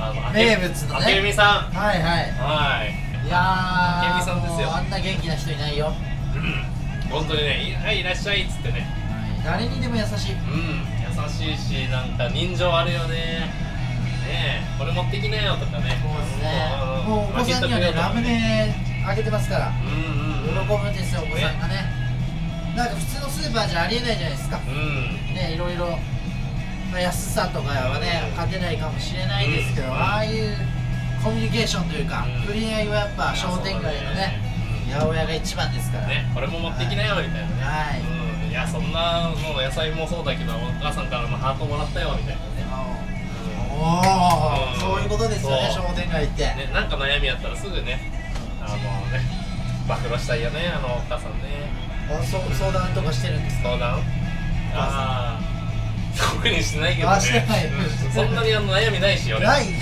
[SPEAKER 1] あのあ
[SPEAKER 2] 名
[SPEAKER 1] け
[SPEAKER 2] 物のね
[SPEAKER 1] あけみさ
[SPEAKER 2] はいはい
[SPEAKER 1] んはい
[SPEAKER 2] い
[SPEAKER 1] ケン
[SPEAKER 2] や
[SPEAKER 1] ミ
[SPEAKER 2] ー
[SPEAKER 1] さんですよ
[SPEAKER 2] もうあんな元気な人いないよ、
[SPEAKER 1] うん本当にね「いはいいらっしゃい」っつってね
[SPEAKER 2] 誰にでも優しい
[SPEAKER 1] うん優しいしなんか人情あるよねねえこれ持ってきなよとかね
[SPEAKER 2] そうですね
[SPEAKER 1] うん
[SPEAKER 2] もうお子さんにはねラムネあげてますから
[SPEAKER 1] うん
[SPEAKER 2] 喜
[SPEAKER 1] うん
[SPEAKER 2] ぶんですよお子さんがねなんか普通のスーパーじゃありえないじゃないですか
[SPEAKER 1] うん
[SPEAKER 2] ねいろいろ、まあ、安さとかはね
[SPEAKER 1] うん
[SPEAKER 2] 勝てないかもしれないですけど、
[SPEAKER 1] うん
[SPEAKER 2] ああいうコミュニケーションというか、
[SPEAKER 1] うん
[SPEAKER 2] 触れ合いはやっぱ商店街のね
[SPEAKER 1] うん
[SPEAKER 2] 八百屋が一番ですから、
[SPEAKER 1] ね、これも持ってきなよみたいなね、
[SPEAKER 2] はい
[SPEAKER 1] うん、いやそんなの野菜もそうだけどお母さんからのハートもらったよみたいなね、
[SPEAKER 2] あ
[SPEAKER 1] うう
[SPEAKER 2] のおお
[SPEAKER 1] ん
[SPEAKER 2] そういうことですよね
[SPEAKER 1] そう
[SPEAKER 2] 商店街って、
[SPEAKER 1] ね、なんか悩みあったらすぐね、あのね、暴露したいよね、あのお母さんね。
[SPEAKER 2] あそう相談とかしてるんですか
[SPEAKER 1] 相談ああ、特にしてないけどね。
[SPEAKER 2] あしてない
[SPEAKER 1] うんそんなにあの悩みないし、俺。
[SPEAKER 2] ない
[SPEAKER 1] うん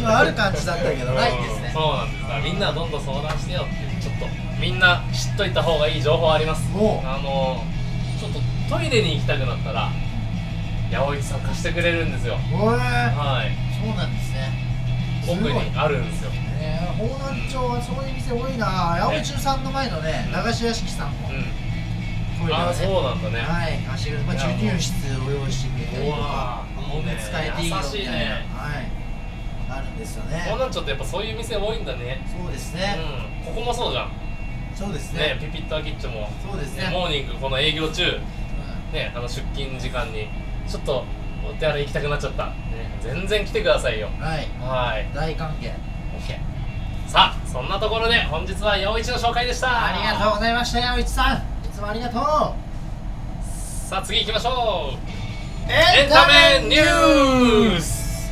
[SPEAKER 2] 今ある感じだったけどないんですね
[SPEAKER 1] うんそうなんです。だからみんなどんどん相談してよっていう、ちょっと、みんな知っといた方がいい情報あります。
[SPEAKER 2] おう
[SPEAKER 1] あの、ちょっとトイレに行きたくなったら、八百市さん貸してくれるんですよ。
[SPEAKER 2] おえ
[SPEAKER 1] はい。
[SPEAKER 2] そうなんですねすごい
[SPEAKER 1] 奥にあるんですよ。
[SPEAKER 2] ねえ方南町はそういう店多いな八百中さんの前のね
[SPEAKER 1] うん
[SPEAKER 2] 駄菓子屋敷さん
[SPEAKER 1] う
[SPEAKER 2] もトイレ
[SPEAKER 1] ん。ああ、そうなんだね。
[SPEAKER 2] はい貸してくれてまあ
[SPEAKER 1] いやもう
[SPEAKER 2] 授乳室を用意してくれたり
[SPEAKER 1] う
[SPEAKER 2] とか
[SPEAKER 1] わ
[SPEAKER 2] お
[SPEAKER 1] いい
[SPEAKER 2] 米
[SPEAKER 1] ね
[SPEAKER 2] 使えていいよみたい
[SPEAKER 1] 優し
[SPEAKER 2] ない
[SPEAKER 1] ね
[SPEAKER 2] はいあるんですよね
[SPEAKER 1] こうなっちゃうとやっぱそういう店多いんだね
[SPEAKER 2] そうですね
[SPEAKER 1] うんここもそうじゃん
[SPEAKER 2] そうです
[SPEAKER 1] ね
[SPEAKER 2] ね
[SPEAKER 1] ピピッターキッチンも
[SPEAKER 2] そうですね
[SPEAKER 1] モーニングこの営業中
[SPEAKER 2] うん
[SPEAKER 1] ねあの出勤時間にちょっとお手洗い行きたくなっちゃった、ね、全然来てくださいよ
[SPEAKER 2] はい
[SPEAKER 1] はい
[SPEAKER 2] 大歓迎
[SPEAKER 1] OK さあそんなところで本日は陽一の紹介でした
[SPEAKER 2] ありがとうございました八百一さんいつもありがとう
[SPEAKER 1] さあ次行きましょう
[SPEAKER 2] エ
[SPEAKER 1] エンタメニュース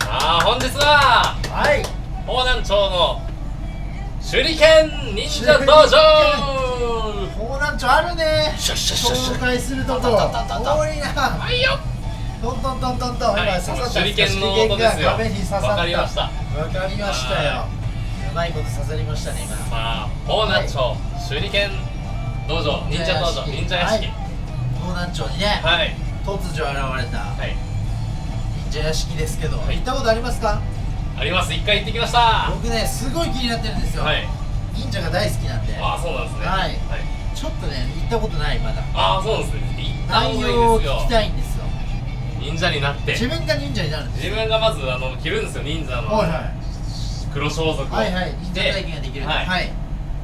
[SPEAKER 1] さあ本日は
[SPEAKER 2] はい
[SPEAKER 1] 方南町の手裏剣忍者道場
[SPEAKER 2] 方南町あるね
[SPEAKER 1] シャッシャッシャッシャ
[SPEAKER 2] 紹
[SPEAKER 1] ッ
[SPEAKER 2] 介するとこ
[SPEAKER 1] たたたたた
[SPEAKER 2] 多いな
[SPEAKER 1] はいよ
[SPEAKER 2] トントントントントン
[SPEAKER 1] は
[SPEAKER 2] 今
[SPEAKER 1] い、
[SPEAKER 2] 刺
[SPEAKER 1] そ
[SPEAKER 2] さ
[SPEAKER 1] の
[SPEAKER 2] った
[SPEAKER 1] 手裏剣の音ですよ。
[SPEAKER 2] 手裏剣が壁に刺さった
[SPEAKER 1] わかりました。さ
[SPEAKER 2] わかりましたよ
[SPEAKER 1] は
[SPEAKER 2] うまいこと刺さりましたね今
[SPEAKER 1] あ、方南町、手裏剣道場、忍者道場、忍者屋敷。
[SPEAKER 2] 方南町にね
[SPEAKER 1] はい、
[SPEAKER 2] 突如現れた
[SPEAKER 1] はい、
[SPEAKER 2] 忍者屋敷ですけど
[SPEAKER 1] はい
[SPEAKER 2] 行ったことありますか
[SPEAKER 1] あります。一回行ってきました。は
[SPEAKER 2] 僕ねすごい気になってるんですよ
[SPEAKER 1] い。
[SPEAKER 2] 忍者が大好きなんで
[SPEAKER 1] ああ、そうなんですね。
[SPEAKER 2] はいちょっとね行ったことないまだ
[SPEAKER 1] ああ、そうなんですね。行った
[SPEAKER 2] 内
[SPEAKER 1] 方がい
[SPEAKER 2] 容
[SPEAKER 1] いで
[SPEAKER 2] を聞き
[SPEAKER 1] すよ。
[SPEAKER 2] たいんですよ
[SPEAKER 1] 忍者になって。
[SPEAKER 2] 自分が忍者になるんです
[SPEAKER 1] 自分がまずあの着るんですよ忍者の
[SPEAKER 2] はいはい
[SPEAKER 1] 黒装束を
[SPEAKER 2] はいはい
[SPEAKER 1] 着
[SPEAKER 2] 忍者
[SPEAKER 1] て、
[SPEAKER 2] 体験ができる
[SPEAKER 1] はい
[SPEAKER 2] はい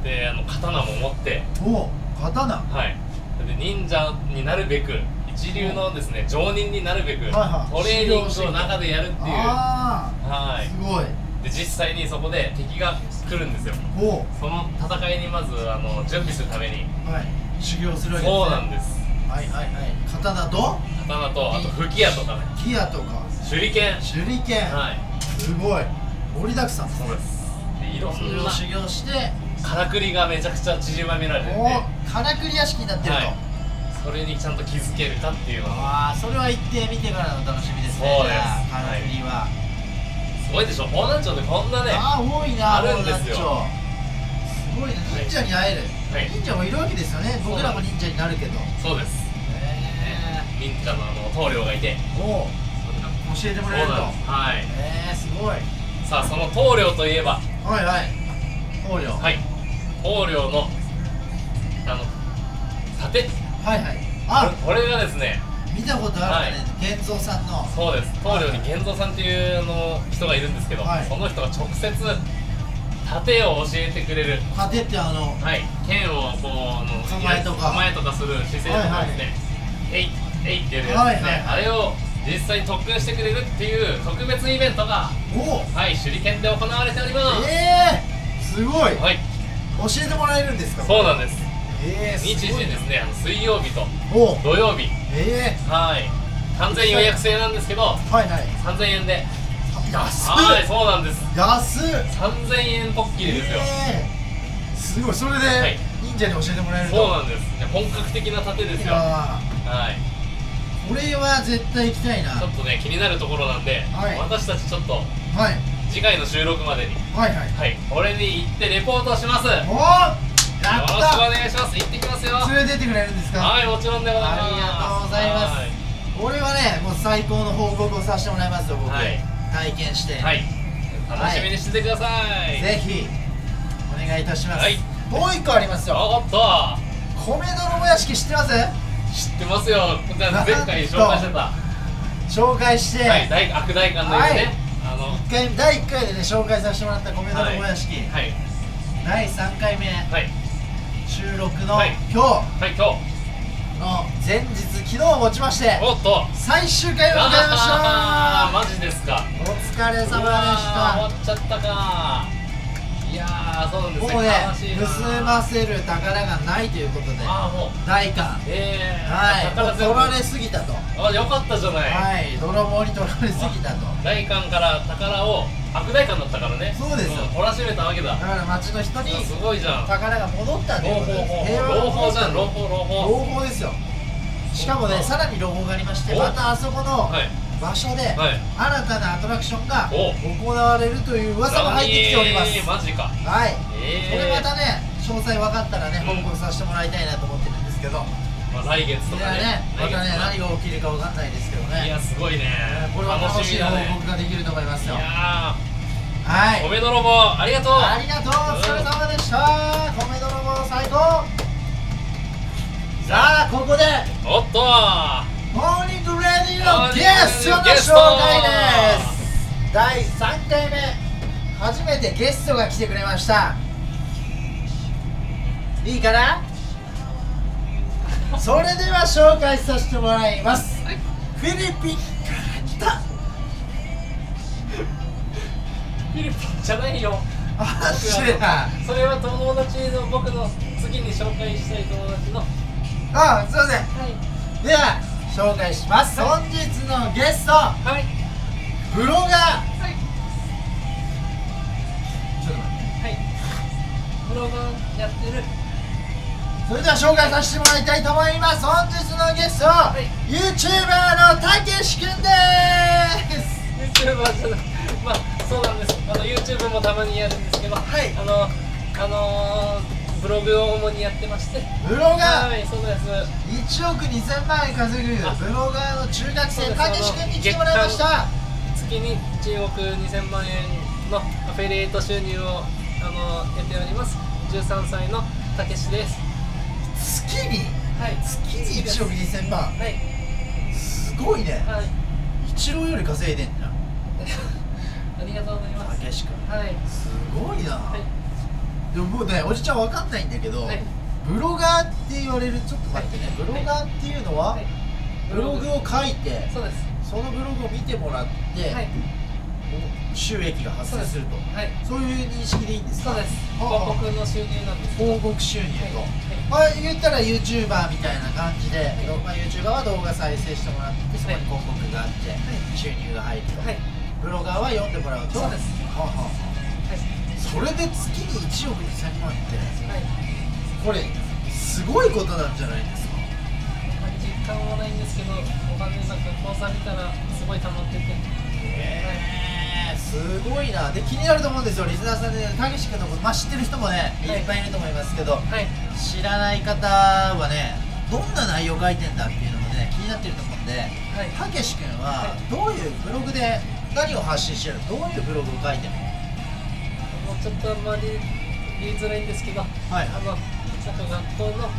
[SPEAKER 1] であの刀も持って、
[SPEAKER 2] お刀は
[SPEAKER 1] はい、で忍者になるべく一流のですね常人になるべく、
[SPEAKER 2] いはい
[SPEAKER 1] トレーニングを中でやるっていう
[SPEAKER 2] ああ
[SPEAKER 1] は
[SPEAKER 2] すごい
[SPEAKER 1] いで実際にそこで敵が来るんですよ
[SPEAKER 2] おう
[SPEAKER 1] その戦いにまずあの準備するために
[SPEAKER 2] はい修行するわけですね
[SPEAKER 1] そうなんです
[SPEAKER 2] はいはいはい刀と
[SPEAKER 1] 刀とあと吹き矢とかね
[SPEAKER 2] ギアとか
[SPEAKER 1] 手裏剣
[SPEAKER 2] 手裏剣
[SPEAKER 1] はい
[SPEAKER 2] すごい盛りだくさんです
[SPEAKER 1] そうですでいろ
[SPEAKER 2] そ
[SPEAKER 1] ん
[SPEAKER 2] れを
[SPEAKER 1] な
[SPEAKER 2] 修行して
[SPEAKER 1] からくりがめちゃくちゃ縮まめられてて
[SPEAKER 2] おおからくり屋敷になってると、
[SPEAKER 1] はいそれにちゃんと気づけるかっていうのが
[SPEAKER 2] ああそれは行ってみてからの楽しみですね
[SPEAKER 1] そうです
[SPEAKER 2] じゃあからくりは、
[SPEAKER 1] すごいでしょ方南町でこんなね
[SPEAKER 2] ああ多い
[SPEAKER 1] あ
[SPEAKER 2] な
[SPEAKER 1] るんですよ
[SPEAKER 2] 方南町すごいね忍者に会える、
[SPEAKER 1] はい
[SPEAKER 2] 忍者もいるわけですよね僕らも忍者になるけどへ
[SPEAKER 1] そうです
[SPEAKER 2] え
[SPEAKER 1] 忍者のあの棟梁がいて
[SPEAKER 2] おう教えてもらえると
[SPEAKER 1] そうなんですはい
[SPEAKER 2] へえすごいは
[SPEAKER 1] さあその棟梁といえば
[SPEAKER 2] いはい棟梁
[SPEAKER 1] はい棟梁のあの盾
[SPEAKER 2] はいはいあ
[SPEAKER 1] これがですね
[SPEAKER 2] 見たことあるね、玄三さんのは
[SPEAKER 1] そうです棟梁に玄三さんっていうあの人がいるんですけど、
[SPEAKER 2] はい
[SPEAKER 1] その人が直接盾を教えてくれる
[SPEAKER 2] てってあの
[SPEAKER 1] はい剣をこうあの
[SPEAKER 2] 構えとか
[SPEAKER 1] 構えとかする姿勢とかですね、えいえいっていうやつですね、
[SPEAKER 2] はいはいはい
[SPEAKER 1] あれを実際に特訓してくれるっていう特別イベントが
[SPEAKER 2] おお
[SPEAKER 1] はい手裏剣で行われております、
[SPEAKER 2] ええすごい教
[SPEAKER 1] はい
[SPEAKER 2] えてもらえるんですか
[SPEAKER 1] そうなんです
[SPEAKER 2] ええ
[SPEAKER 1] 日
[SPEAKER 2] す
[SPEAKER 1] 時
[SPEAKER 2] ごい
[SPEAKER 1] で
[SPEAKER 2] ね
[SPEAKER 1] すねあの水曜日と
[SPEAKER 2] おう
[SPEAKER 1] 土曜日
[SPEAKER 2] え
[SPEAKER 1] はい完全予約制なんですけど
[SPEAKER 2] えはいはい
[SPEAKER 1] 3000円で
[SPEAKER 2] 安
[SPEAKER 1] はい
[SPEAKER 2] っ
[SPEAKER 1] そうなんです
[SPEAKER 2] 安っ
[SPEAKER 1] 3000円ポッキリですよ、
[SPEAKER 2] ええすごいそれで
[SPEAKER 1] い
[SPEAKER 2] 忍者に教えてもらえると
[SPEAKER 1] そうなんですね本格的な盾です
[SPEAKER 2] い
[SPEAKER 1] よは
[SPEAKER 2] や
[SPEAKER 1] い
[SPEAKER 2] ーこれは絶対行きたいな
[SPEAKER 1] ちょっとね気になるところなんで、
[SPEAKER 2] はい
[SPEAKER 1] 私たちちょっと
[SPEAKER 2] はい
[SPEAKER 1] 次回の収録までに
[SPEAKER 2] はいはい
[SPEAKER 1] はい俺に行ってレポートしますよろしく
[SPEAKER 2] お
[SPEAKER 1] お
[SPEAKER 2] おやっ
[SPEAKER 1] 願いします行ってきますよ
[SPEAKER 2] た連れてってくれるんですか
[SPEAKER 1] はいもちろんでございます
[SPEAKER 2] ありがとうございます俺はねもう最高の報告をさせてもらいますよ僕
[SPEAKER 1] はい
[SPEAKER 2] 体験し
[SPEAKER 1] は
[SPEAKER 2] て
[SPEAKER 1] い、はい、楽しみにしててください、
[SPEAKER 2] ぜひお願いいたします
[SPEAKER 1] はい
[SPEAKER 2] もう一個ありますよ
[SPEAKER 1] おっと
[SPEAKER 2] 米泥屋敷知ってます
[SPEAKER 1] 知ってますよ前回紹介してた、は
[SPEAKER 2] 紹介して、
[SPEAKER 1] い、大悪大官の
[SPEAKER 2] は
[SPEAKER 1] 家
[SPEAKER 2] い
[SPEAKER 1] ね、あの
[SPEAKER 2] 一回第1回でね紹介させてもらった米泥
[SPEAKER 1] はい
[SPEAKER 2] 屋敷、
[SPEAKER 1] はい
[SPEAKER 2] 第3回目
[SPEAKER 1] はい
[SPEAKER 2] 収録の、
[SPEAKER 1] はい
[SPEAKER 2] 今
[SPEAKER 1] はい今日
[SPEAKER 2] 日の前日昨日をもちまして
[SPEAKER 1] おっと
[SPEAKER 2] 最終回を迎えま
[SPEAKER 1] あー
[SPEAKER 2] し
[SPEAKER 1] マジですか
[SPEAKER 2] たお疲れ様
[SPEAKER 1] うわー
[SPEAKER 2] でした
[SPEAKER 1] 終わっちゃったかいやー
[SPEAKER 3] ああそうなんですね
[SPEAKER 2] もうね
[SPEAKER 3] 悲しいな
[SPEAKER 2] 盗ませる宝がないということで
[SPEAKER 3] ああもう
[SPEAKER 2] 代官
[SPEAKER 3] ええ
[SPEAKER 2] はいもう取られすぎたと
[SPEAKER 3] あよかったじゃない、
[SPEAKER 2] はい泥棒に取られすぎたと
[SPEAKER 3] 大官から宝を悪大官だったからね
[SPEAKER 2] そうですよ
[SPEAKER 3] ん懲らしめたわけだ
[SPEAKER 2] だから町の人に
[SPEAKER 3] すごいじゃん
[SPEAKER 2] 宝が戻ったという
[SPEAKER 3] 朗
[SPEAKER 2] こと
[SPEAKER 3] 報
[SPEAKER 2] です
[SPEAKER 3] 朗
[SPEAKER 2] 平和
[SPEAKER 3] 報朗報じゃん朗
[SPEAKER 2] 朗
[SPEAKER 3] 報朗
[SPEAKER 2] 報
[SPEAKER 3] 報
[SPEAKER 2] ですよしかもねさらに朗報がありまして
[SPEAKER 3] お
[SPEAKER 2] またあそこの
[SPEAKER 3] はい
[SPEAKER 2] 場所で
[SPEAKER 3] はい
[SPEAKER 2] 新たなアトラクションが
[SPEAKER 3] お
[SPEAKER 2] 行われるという噂も入ってきております
[SPEAKER 3] えーマジか
[SPEAKER 2] はい
[SPEAKER 3] え
[SPEAKER 2] これ
[SPEAKER 3] え
[SPEAKER 2] またね詳細分かったらね報告させてもらいたいなと思ってるんですけど
[SPEAKER 3] まあ、来月と
[SPEAKER 2] いや
[SPEAKER 3] かね
[SPEAKER 2] ねま
[SPEAKER 3] 来月
[SPEAKER 2] たね
[SPEAKER 3] とか
[SPEAKER 2] 何が起きるか分かんないですけど
[SPEAKER 3] い
[SPEAKER 2] ね
[SPEAKER 3] やすごいね
[SPEAKER 2] これは楽しい
[SPEAKER 3] だ
[SPEAKER 2] 報
[SPEAKER 3] ね
[SPEAKER 2] 告ができると思います
[SPEAKER 3] い
[SPEAKER 2] よ
[SPEAKER 3] や
[SPEAKER 2] はい
[SPEAKER 3] ー米泥棒ありがとう
[SPEAKER 2] ありがとう、お疲れ様でした。米泥棒最高。さあ、ここで、
[SPEAKER 3] おっと
[SPEAKER 2] モーニングレディのゲストの紹介です。第3回目、初めてゲストが来てくれました。いいかなそれでは紹介させてもらいます。フィリピンから来た
[SPEAKER 3] フィリピンじゃないよ
[SPEAKER 2] アンシェラ。
[SPEAKER 3] それは友達の僕の次に紹介したい友達のは
[SPEAKER 2] あ、すいません。
[SPEAKER 3] い
[SPEAKER 2] では紹介します本日のゲスト
[SPEAKER 3] はい
[SPEAKER 2] ブロガー
[SPEAKER 3] はい
[SPEAKER 2] ちょっと待って
[SPEAKER 3] はいブログやってる
[SPEAKER 2] それでは紹介させてもらいたいと思います本日のゲスト、
[SPEAKER 3] い
[SPEAKER 2] YouTuber のたけし君です
[SPEAKER 3] YouTuber じゃないまあそうなんですあの YouTube もたまにやるんですけど
[SPEAKER 2] はい
[SPEAKER 3] あのあのーブログを主にやってまして
[SPEAKER 2] ブロガ
[SPEAKER 3] は
[SPEAKER 2] ー
[SPEAKER 3] いそうです
[SPEAKER 2] 1億2000万円稼ぐブ
[SPEAKER 3] あ
[SPEAKER 2] ロガーの中学
[SPEAKER 3] そう
[SPEAKER 2] 生
[SPEAKER 3] です
[SPEAKER 2] たけし君に来てもらいました
[SPEAKER 3] 月に1億2000万円のアフィリエイト収入をあの得ております13歳のたけしです
[SPEAKER 2] 月に
[SPEAKER 3] はい
[SPEAKER 2] 月に1億2000万
[SPEAKER 3] はい
[SPEAKER 2] すごいね
[SPEAKER 3] はい
[SPEAKER 2] 一郎より稼いでんだ
[SPEAKER 3] ありがとうございま
[SPEAKER 2] た
[SPEAKER 3] す
[SPEAKER 2] けし君
[SPEAKER 3] はい
[SPEAKER 2] すごいな、
[SPEAKER 3] はい
[SPEAKER 2] でももうねおじちゃんわかんないんだけど、
[SPEAKER 3] はい
[SPEAKER 2] ブロガーって言われるちょっと待ってね、
[SPEAKER 3] はい
[SPEAKER 2] ブロガーっていうのは、
[SPEAKER 3] はい
[SPEAKER 2] ブログを書いて
[SPEAKER 3] そうです
[SPEAKER 2] そのブログを見てもらって、
[SPEAKER 3] はい
[SPEAKER 2] 収益が発生すると
[SPEAKER 3] はい
[SPEAKER 2] そういう認識でいいんですか
[SPEAKER 3] そうです
[SPEAKER 2] はあ
[SPEAKER 3] 広告の収入なんですけど
[SPEAKER 2] 広告収入と、まあ言ったら YouTuber みたいな感じで、まあ、YouTuber は動画再生してもらってそこに広告があって、
[SPEAKER 3] い
[SPEAKER 2] 収入が入ると、
[SPEAKER 3] はい
[SPEAKER 2] ブロガーは読んでもらうと
[SPEAKER 3] そうです
[SPEAKER 2] はあはあそれで月に1億2000万って
[SPEAKER 3] はいはい
[SPEAKER 2] これすごいことなんじゃないですか
[SPEAKER 3] まあ実感はないんですけどお金なんか口座見たらすごい溜まってて
[SPEAKER 2] えーすごいなで気になると思うんですよリスナーさんでねたけし君のこと、まあ、知ってる人もねい
[SPEAKER 3] はい
[SPEAKER 2] っぱいいると思いますけど、
[SPEAKER 3] はい
[SPEAKER 2] 知らない方はねどんな内容書いてんだっていうのもね気になってると思うんで
[SPEAKER 3] はい
[SPEAKER 2] たけし君は
[SPEAKER 3] はい
[SPEAKER 2] どういうブログで何を発信してるのどういうブログを書いてる の
[SPEAKER 3] もうちょっとあんまり言いづらいんですけど、
[SPEAKER 2] い
[SPEAKER 3] あのなんか学校の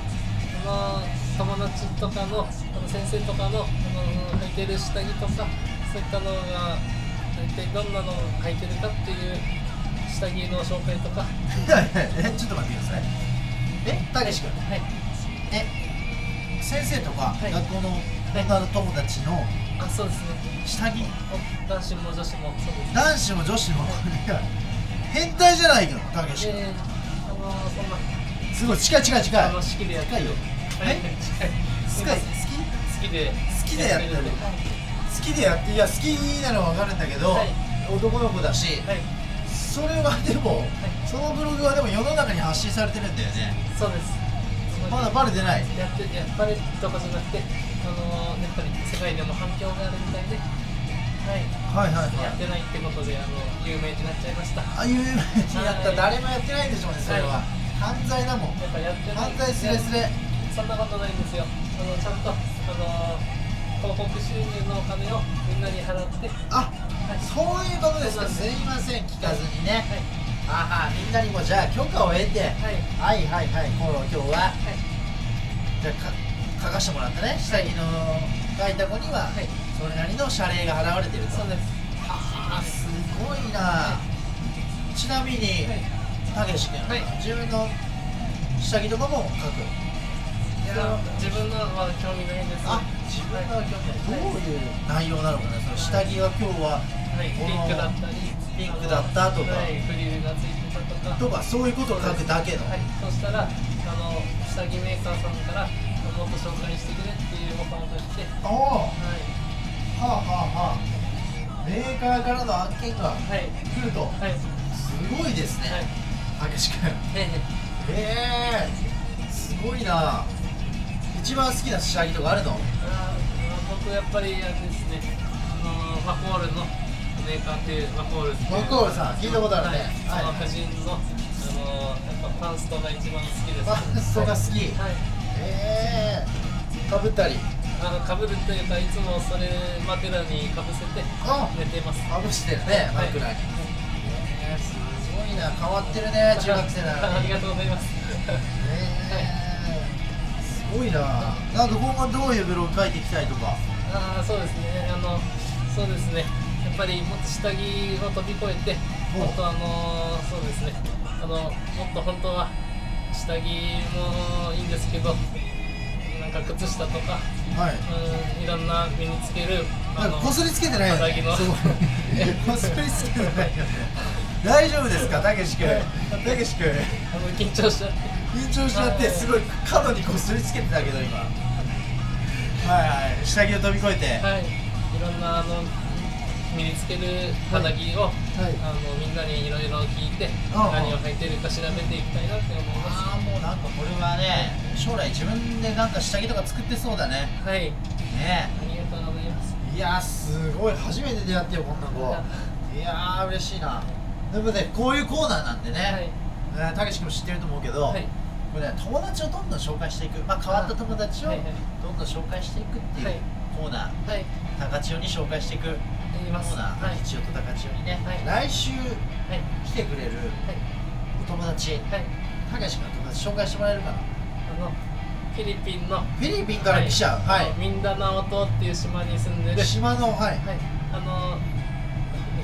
[SPEAKER 3] あの友達とかのあの先生とかのあの履いてる下着とかそういったのが大体どんなのを履いてるかっていう下着の紹介とか
[SPEAKER 2] えちょっと待ってくださいえたけし君
[SPEAKER 3] はい
[SPEAKER 2] え先生とか
[SPEAKER 3] はい
[SPEAKER 2] 学校の女の友達の
[SPEAKER 3] あそうですね
[SPEAKER 2] 下着
[SPEAKER 3] お男子も女子もそうです
[SPEAKER 2] 男子も女子も変態じゃないよたけし君
[SPEAKER 3] であのそんな
[SPEAKER 2] すごい近い近い近い
[SPEAKER 3] あの式でやって
[SPEAKER 2] 近いよ
[SPEAKER 3] は
[SPEAKER 2] え
[SPEAKER 3] い近い
[SPEAKER 2] 好き
[SPEAKER 3] 好きで
[SPEAKER 2] 好きでやってる
[SPEAKER 3] はい
[SPEAKER 2] 好きでやっていや好きなのは分かるんだけど、
[SPEAKER 3] はい
[SPEAKER 2] 男の子だし
[SPEAKER 3] はい
[SPEAKER 2] それはでも、そのブログはでも世の中に発信されてるんだよね
[SPEAKER 3] そうです
[SPEAKER 2] まだバレてない
[SPEAKER 3] やってやっぱりとかじゃなくて、あのーやっぱり世界でも反響があるみたいで、はい、
[SPEAKER 2] はいはい
[SPEAKER 3] やってないってことであの有名になっちゃいました。や
[SPEAKER 2] ああいうにやった
[SPEAKER 3] はい
[SPEAKER 2] ら誰もやってないでしょうねそれは、
[SPEAKER 3] はい
[SPEAKER 2] 犯罪だもん
[SPEAKER 3] っぱやってない
[SPEAKER 2] 犯罪すれすれ
[SPEAKER 3] そんなことないんですよ。あのちゃんとあのー広告収入のお金をみんなに払って、
[SPEAKER 2] あ
[SPEAKER 3] は
[SPEAKER 2] そういうことですか
[SPEAKER 3] そう
[SPEAKER 2] す
[SPEAKER 3] ない
[SPEAKER 2] ません聞かずにね、
[SPEAKER 3] い、
[SPEAKER 2] あはみんなにもじゃあ許可を得て、
[SPEAKER 3] は
[SPEAKER 2] は
[SPEAKER 3] い、
[SPEAKER 2] いはいはい、この今日は、
[SPEAKER 3] い
[SPEAKER 2] じゃあか書かしてもらったね、下着の書いた子には、
[SPEAKER 3] はい
[SPEAKER 2] それなりの謝礼が払われてると。
[SPEAKER 3] そうです。
[SPEAKER 2] はあ、すごいな。ちなみに、
[SPEAKER 3] はい、
[SPEAKER 2] たけし君、
[SPEAKER 3] はい
[SPEAKER 2] 自分の下着とかも書く。
[SPEAKER 3] いや自分のは興味ないです。
[SPEAKER 2] あ、自分の興味ない。
[SPEAKER 3] はい
[SPEAKER 2] どういう内容なのかね、その下着は今日は、
[SPEAKER 3] はい、ピンクだったり、
[SPEAKER 2] ピンクだったとか
[SPEAKER 3] はい、フリルがついてたり、とか
[SPEAKER 2] とかそういうことを書くだけの
[SPEAKER 3] はい、そしたらあの下着メーカーさんからもっと紹介してくれっていうオファーが来て、はい、
[SPEAKER 2] おおはあはあはあメーカーからの案件が
[SPEAKER 3] はい、はい、
[SPEAKER 2] 来ると
[SPEAKER 3] はい、
[SPEAKER 2] すごいですね
[SPEAKER 3] はい、
[SPEAKER 2] 明石君
[SPEAKER 3] え
[SPEAKER 2] ええすごいな一番好きな仕上げとかあるの
[SPEAKER 3] あー僕やっぱりあれですね、あのマコールのメーカーっていうマコールっていう
[SPEAKER 2] マコールさん聞いたことあるねは
[SPEAKER 3] はいい、その夫人の、あのやっぱパンストが一番好きです
[SPEAKER 2] パンストが好き
[SPEAKER 3] はい
[SPEAKER 2] ええかぶったり
[SPEAKER 3] あの被るというかいつもそれ枕にかぶせて
[SPEAKER 2] あ
[SPEAKER 3] 寝てます
[SPEAKER 2] かぶしてるね
[SPEAKER 3] はい
[SPEAKER 2] 枕に、ええすごいな変わってるね中学生なの
[SPEAKER 3] あ
[SPEAKER 2] に
[SPEAKER 3] りがとうございます。
[SPEAKER 2] ええすごいななんか今後どういうブログ書いていきたいとか
[SPEAKER 3] ああ、そうですね。あの、そうですね。やっぱりもっと下着を飛び越えて、
[SPEAKER 2] お
[SPEAKER 3] もっとあのー、そうですね。あの、もっと本当は下着もいいんですけど、なんか靴下とか、
[SPEAKER 2] はい
[SPEAKER 3] うん、いろんな身につける、
[SPEAKER 2] なんかこすりつけてないよね。
[SPEAKER 3] 肌着の
[SPEAKER 2] そう こすりつけてないよね。大丈夫ですか、たけし君。たけし君。
[SPEAKER 3] あの緊張しちゃって。
[SPEAKER 2] 緊張しちゃって、すごい角にこすりつけてたけど、今。はいはい、下着を飛び越えて。
[SPEAKER 3] はい、いろんなあの身につける肌着を、
[SPEAKER 2] い
[SPEAKER 3] あのみんなにいろいろ聞いて、
[SPEAKER 2] ああ
[SPEAKER 3] 何を履いてるか調べていきたいなって思います。
[SPEAKER 2] ああ、もうなんかこれはね、将来自分でなんか下着とか作ってそうだね。
[SPEAKER 3] はい、
[SPEAKER 2] ね
[SPEAKER 3] ありがとうございます。
[SPEAKER 2] え。いやー、すごい、初めて出会ってよ、こんな子。いやー、嬉しいな。でもね、こういうコーナーなんでね。
[SPEAKER 3] はい、
[SPEAKER 2] えーたけし君も知ってると思うけど、
[SPEAKER 3] はい
[SPEAKER 2] これね、友達をどんどん紹介していく、まあ、変わった友達を
[SPEAKER 3] はいはい
[SPEAKER 2] どんどん紹介していくっていう
[SPEAKER 3] はい
[SPEAKER 2] コーナー、
[SPEAKER 3] はい、
[SPEAKER 2] 高千代に紹介していくコー
[SPEAKER 3] 言い
[SPEAKER 2] ナ
[SPEAKER 3] ます。
[SPEAKER 2] ー、
[SPEAKER 3] はい、はい、
[SPEAKER 2] 千代と高千代にね、
[SPEAKER 3] はい
[SPEAKER 2] 来週
[SPEAKER 3] はい、
[SPEAKER 2] 来てくれるお友達
[SPEAKER 3] はい、
[SPEAKER 2] たけし君の友達紹介してもらえるかな
[SPEAKER 3] あのフィリピンの、は
[SPEAKER 2] フィリピンから来ちゃうはい、
[SPEAKER 3] あのミンダナオ島っていう島に住んでる、
[SPEAKER 2] 島のはい、
[SPEAKER 3] はい、あの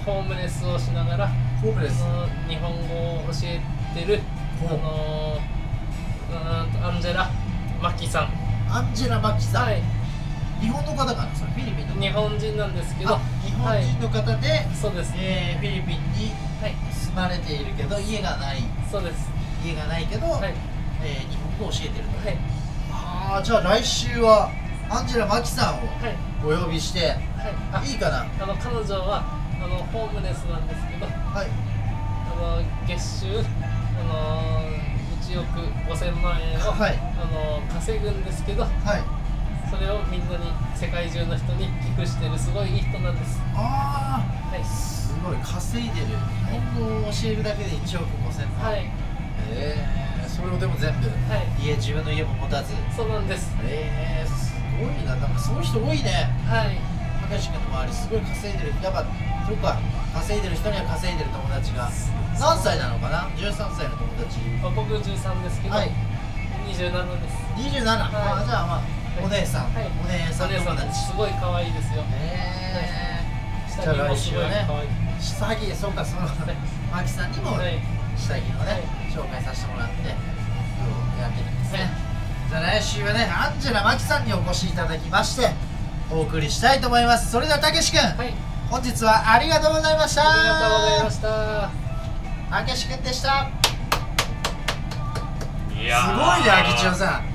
[SPEAKER 3] ホームレスをしながら。
[SPEAKER 2] ホームレス
[SPEAKER 3] その日本語を教えてる
[SPEAKER 2] ほう
[SPEAKER 3] あのうーんとアンジェラ・マキさん
[SPEAKER 2] アンジェラ・マキさん、
[SPEAKER 3] はい
[SPEAKER 2] 日本の方かなそれフィリピンの方
[SPEAKER 3] 日本人なんですけど
[SPEAKER 2] あ日本
[SPEAKER 3] はい
[SPEAKER 2] 人の方で、
[SPEAKER 3] そうですね
[SPEAKER 2] えーフィリピンに
[SPEAKER 3] はい
[SPEAKER 2] 住まれているけど家がない
[SPEAKER 3] そうです
[SPEAKER 2] 家がないけど、
[SPEAKER 3] はい
[SPEAKER 2] えー日本語を教えてると、
[SPEAKER 3] はい
[SPEAKER 2] ああじゃあ来週はアンジェラ・マキさんを
[SPEAKER 3] はい
[SPEAKER 2] お呼びして、
[SPEAKER 3] はい
[SPEAKER 2] い、いかな
[SPEAKER 3] あの彼女はあのホームレスなんですけど
[SPEAKER 2] はい
[SPEAKER 3] あの月収あの1億5000万円を、
[SPEAKER 2] はい
[SPEAKER 3] あの稼ぐんですけど
[SPEAKER 2] はい
[SPEAKER 3] それをみんなに世界中の人に寄付してるすごいいい人なんです
[SPEAKER 2] あ
[SPEAKER 3] はい
[SPEAKER 2] あすごい稼いでる日本語を教えるだけで1億5000万
[SPEAKER 3] はい
[SPEAKER 2] ええそれをでも全部、
[SPEAKER 3] い
[SPEAKER 2] 家自分の家も持たず
[SPEAKER 3] そうなんです
[SPEAKER 2] ええすごいななんかそういう人多いね
[SPEAKER 3] はい
[SPEAKER 2] 高橋君の周りすごい稼いでるやっぱそっか稼いでる人には稼いでる友達が何歳なのかな13歳の友達
[SPEAKER 3] 僕13ですけど、
[SPEAKER 2] はい
[SPEAKER 3] 27です
[SPEAKER 2] 二十七。あじゃあまあお姉さん、
[SPEAKER 3] はい
[SPEAKER 2] お姉さん友達。
[SPEAKER 3] すごい可愛いですよ
[SPEAKER 2] えー
[SPEAKER 3] 下着もすご
[SPEAKER 2] じゃあ来週
[SPEAKER 3] い
[SPEAKER 2] はね
[SPEAKER 3] 可愛い
[SPEAKER 2] 下着そうかその
[SPEAKER 3] い
[SPEAKER 2] マキさんにも
[SPEAKER 3] はい
[SPEAKER 2] 下着をね、
[SPEAKER 3] はい
[SPEAKER 2] 紹介させてもらってやってるんですね。
[SPEAKER 3] はい
[SPEAKER 2] じゃあ来週はねアンジェラマキさんにお越しいただきましてお送りしたいと思います。それではたけし君、
[SPEAKER 3] はい
[SPEAKER 2] 本日はありがとうございました。
[SPEAKER 3] ありがとうございました
[SPEAKER 2] たけし君でした。
[SPEAKER 1] い
[SPEAKER 2] すごいね
[SPEAKER 1] やー
[SPEAKER 2] あきちおさん。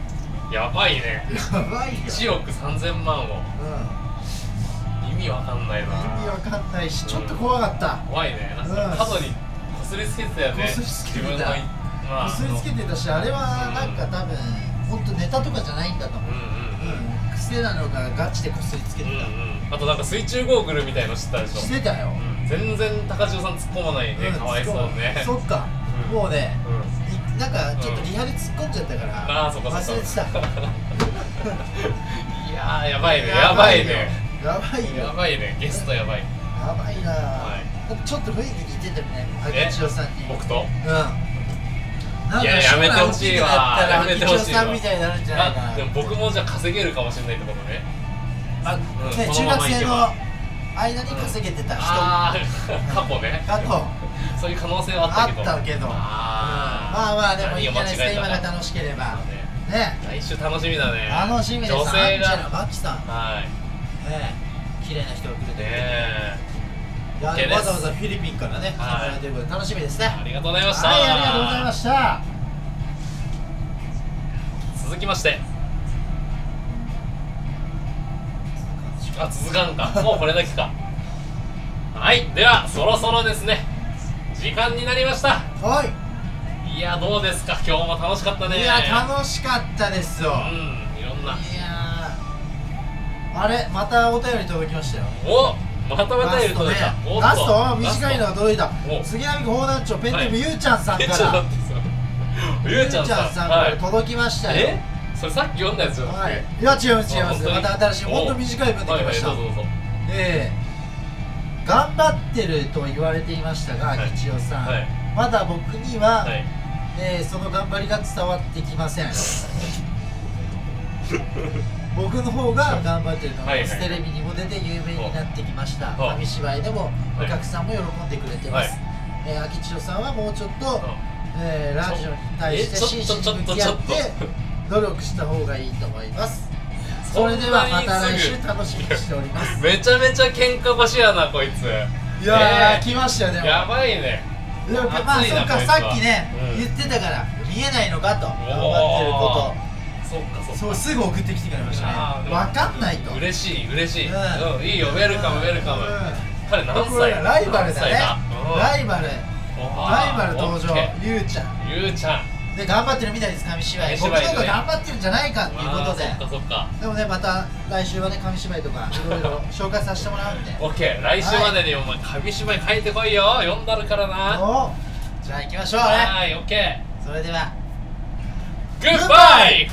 [SPEAKER 1] やばいね
[SPEAKER 2] やばい
[SPEAKER 1] 1
[SPEAKER 2] よ。
[SPEAKER 1] 億3000万を
[SPEAKER 2] うん。
[SPEAKER 1] 意味わかんないな
[SPEAKER 2] 意味わかんないしちょっと怖かった
[SPEAKER 1] 怖いねなん
[SPEAKER 2] うん
[SPEAKER 1] か角にこすりつけてたよね
[SPEAKER 2] こすりつけてた
[SPEAKER 1] 自分のいまあ
[SPEAKER 2] こすりつけてたしあれはなんか多分本当ネタとかじゃないんだと思
[SPEAKER 1] う
[SPEAKER 2] う、
[SPEAKER 1] んうん
[SPEAKER 2] うん、癖なのかガチでこすりつけて
[SPEAKER 1] うん
[SPEAKER 2] た、
[SPEAKER 1] うんうんあとなんか水中ゴーグルみたいの知ったでしょ
[SPEAKER 2] してたよ、
[SPEAKER 1] うん全然高千代さん突っ込まないね
[SPEAKER 2] うん
[SPEAKER 1] かわいそうね
[SPEAKER 2] そっか、
[SPEAKER 1] うん
[SPEAKER 2] もうね
[SPEAKER 1] うん
[SPEAKER 2] いなんかちょっとリハで突っ込んじゃったから、
[SPEAKER 1] ああそっかそっか
[SPEAKER 2] 忘れてた
[SPEAKER 1] いやーやばいねやばいね
[SPEAKER 2] やばいよ
[SPEAKER 1] や
[SPEAKER 2] やばいよ
[SPEAKER 1] ばいねゲストやばい
[SPEAKER 2] やばいな、
[SPEAKER 1] は
[SPEAKER 2] なんかちょっと雰囲気似てたよねあ
[SPEAKER 1] え
[SPEAKER 2] きちおさんに
[SPEAKER 1] 僕と
[SPEAKER 2] うんなんか
[SPEAKER 1] いややめてほしいわ
[SPEAKER 2] 将来
[SPEAKER 1] やめ
[SPEAKER 2] 大きくなったら
[SPEAKER 1] てほ
[SPEAKER 2] あきちお
[SPEAKER 1] しいわ
[SPEAKER 2] さんみたいになるんじゃないかな
[SPEAKER 1] あでも僕もじゃあ稼げるかもしれないってことね
[SPEAKER 2] あ、ね、
[SPEAKER 1] うんこ
[SPEAKER 2] 中
[SPEAKER 1] のま
[SPEAKER 2] 学
[SPEAKER 1] まい
[SPEAKER 2] 生
[SPEAKER 1] け
[SPEAKER 2] の
[SPEAKER 1] ば
[SPEAKER 2] 間に稼げてた人、
[SPEAKER 1] ああ過去ね
[SPEAKER 2] 過去
[SPEAKER 1] そういう可能性はあ
[SPEAKER 2] あ
[SPEAKER 1] ったけど
[SPEAKER 2] ったけどま
[SPEAKER 1] あ
[SPEAKER 2] あ
[SPEAKER 1] ー
[SPEAKER 2] まあでもいい
[SPEAKER 1] 何
[SPEAKER 2] じ
[SPEAKER 1] を間
[SPEAKER 2] ゃない
[SPEAKER 1] 違
[SPEAKER 2] で
[SPEAKER 1] え
[SPEAKER 2] す
[SPEAKER 1] た
[SPEAKER 2] か今
[SPEAKER 1] か
[SPEAKER 2] が楽しければ
[SPEAKER 1] そうね
[SPEAKER 2] ね
[SPEAKER 1] 来週楽しみだね
[SPEAKER 2] 楽しみです
[SPEAKER 1] 女性
[SPEAKER 2] アンジェラ
[SPEAKER 1] が
[SPEAKER 2] マキさんね
[SPEAKER 1] はい
[SPEAKER 2] 綺麗な人が来ると
[SPEAKER 1] ね
[SPEAKER 2] いい
[SPEAKER 1] え
[SPEAKER 2] いや
[SPEAKER 1] 系です
[SPEAKER 2] わざわざフィリピンからね、来ても
[SPEAKER 1] はい
[SPEAKER 2] らえてることで楽しみですね。
[SPEAKER 1] ありがとうございました、
[SPEAKER 2] はい、ありがとうございました。
[SPEAKER 1] 続きましてあ続かんかもうこれだけかはいではそろそろですね時間になりました
[SPEAKER 2] はい。
[SPEAKER 1] いやどうですか今日も楽しかったね
[SPEAKER 2] いや、楽しかったですよ。い
[SPEAKER 1] うんいろんな
[SPEAKER 2] やーあれ、またお便り届きましたよ。
[SPEAKER 1] おまとめ
[SPEAKER 2] ラ
[SPEAKER 1] たい
[SPEAKER 2] ス
[SPEAKER 1] る
[SPEAKER 2] ト
[SPEAKER 1] と
[SPEAKER 2] ね
[SPEAKER 1] 出たおっと
[SPEAKER 2] ラスト短いのが届いた
[SPEAKER 1] お
[SPEAKER 2] 杉並区法団長ペンネーム
[SPEAKER 1] はい
[SPEAKER 2] ゆうちゃんさん
[SPEAKER 1] え
[SPEAKER 2] か
[SPEAKER 1] ちょっと
[SPEAKER 2] ら
[SPEAKER 1] 待ってそれ
[SPEAKER 2] ゆ
[SPEAKER 1] ゆ
[SPEAKER 2] う
[SPEAKER 1] う
[SPEAKER 2] ち
[SPEAKER 1] ち
[SPEAKER 2] ゃ
[SPEAKER 1] ゃ
[SPEAKER 2] ん
[SPEAKER 1] ん
[SPEAKER 2] さ
[SPEAKER 1] さ
[SPEAKER 2] ん
[SPEAKER 1] ん
[SPEAKER 2] から届きましたよ
[SPEAKER 1] えそれさっき読んだやつじゃん
[SPEAKER 2] はいいや違います違います
[SPEAKER 1] あ本当
[SPEAKER 2] ま
[SPEAKER 1] に
[SPEAKER 2] た新しい本当短い文で
[SPEAKER 1] は
[SPEAKER 2] き
[SPEAKER 1] い
[SPEAKER 2] ま
[SPEAKER 1] はい
[SPEAKER 2] し
[SPEAKER 1] ど
[SPEAKER 2] た
[SPEAKER 1] うぞどうぞ
[SPEAKER 2] ええ頑張ってると言われていましたが
[SPEAKER 1] はい
[SPEAKER 2] 吉尾さん
[SPEAKER 1] はい
[SPEAKER 2] まだ僕には
[SPEAKER 1] はい
[SPEAKER 2] ええその頑張りが伝わってき ません僕の方が頑張ってると思います
[SPEAKER 1] はいは
[SPEAKER 2] テ
[SPEAKER 1] い
[SPEAKER 2] レビにも出て有名になってきました
[SPEAKER 1] お
[SPEAKER 2] 紙芝居でもお
[SPEAKER 1] はい
[SPEAKER 2] 客さんも喜んでくれてます
[SPEAKER 1] はい
[SPEAKER 2] えー、秋千代さんはもうちょっと、
[SPEAKER 1] う
[SPEAKER 2] えーラジオに対して
[SPEAKER 1] えちょ
[SPEAKER 2] 真摯に向き
[SPEAKER 1] ち
[SPEAKER 2] 合
[SPEAKER 1] ょ
[SPEAKER 2] っ
[SPEAKER 1] ってとちょっと
[SPEAKER 2] 努力した方がいいと思います
[SPEAKER 1] ん
[SPEAKER 2] それではま
[SPEAKER 1] そ
[SPEAKER 2] た
[SPEAKER 1] んな
[SPEAKER 2] 来
[SPEAKER 1] にすぐ
[SPEAKER 2] 週楽しみにしております
[SPEAKER 1] めちゃめちゃ喧嘩腰やなこいつ
[SPEAKER 2] いやー、
[SPEAKER 1] え
[SPEAKER 2] 来ましたよでも
[SPEAKER 1] やばいね
[SPEAKER 2] いやまあ
[SPEAKER 1] 熱い
[SPEAKER 2] そ
[SPEAKER 1] な
[SPEAKER 2] っか
[SPEAKER 1] こいつは
[SPEAKER 2] さっきね、
[SPEAKER 1] うん
[SPEAKER 2] 言ってたから見えないのかと頑張って
[SPEAKER 1] そ
[SPEAKER 2] る
[SPEAKER 1] っかそっ
[SPEAKER 2] こと
[SPEAKER 1] か
[SPEAKER 2] そうすぐ送ってきてくれましたね
[SPEAKER 1] あーでも
[SPEAKER 2] 分かんないと
[SPEAKER 1] 嬉しい嬉しい、
[SPEAKER 2] うん
[SPEAKER 1] うんいいよウェルカムウェルカム、
[SPEAKER 2] うん
[SPEAKER 1] 彼何
[SPEAKER 2] これ
[SPEAKER 1] 歳
[SPEAKER 2] ライバルだねラ
[SPEAKER 1] イ
[SPEAKER 2] イバルライバル登場ゆうちゃん
[SPEAKER 1] ゆうちゃん
[SPEAKER 2] で頑張ってるみたいです紙芝居
[SPEAKER 1] 紙
[SPEAKER 2] 僕
[SPEAKER 1] 芝
[SPEAKER 2] の
[SPEAKER 1] 居でね
[SPEAKER 2] 方が頑張ってるんじゃないかっていう
[SPEAKER 1] あ
[SPEAKER 2] こと
[SPEAKER 1] ーそっ
[SPEAKER 2] で
[SPEAKER 1] かそっか
[SPEAKER 2] でもねまた来週はね紙芝居とかいろいろ紹介させてもらうんで
[SPEAKER 1] オッケー来週までにお前紙芝居書いてこいよ読んだるからな
[SPEAKER 2] おじゃあ行きましょうね
[SPEAKER 1] はいオッケー
[SPEAKER 2] それでは
[SPEAKER 1] グッバイ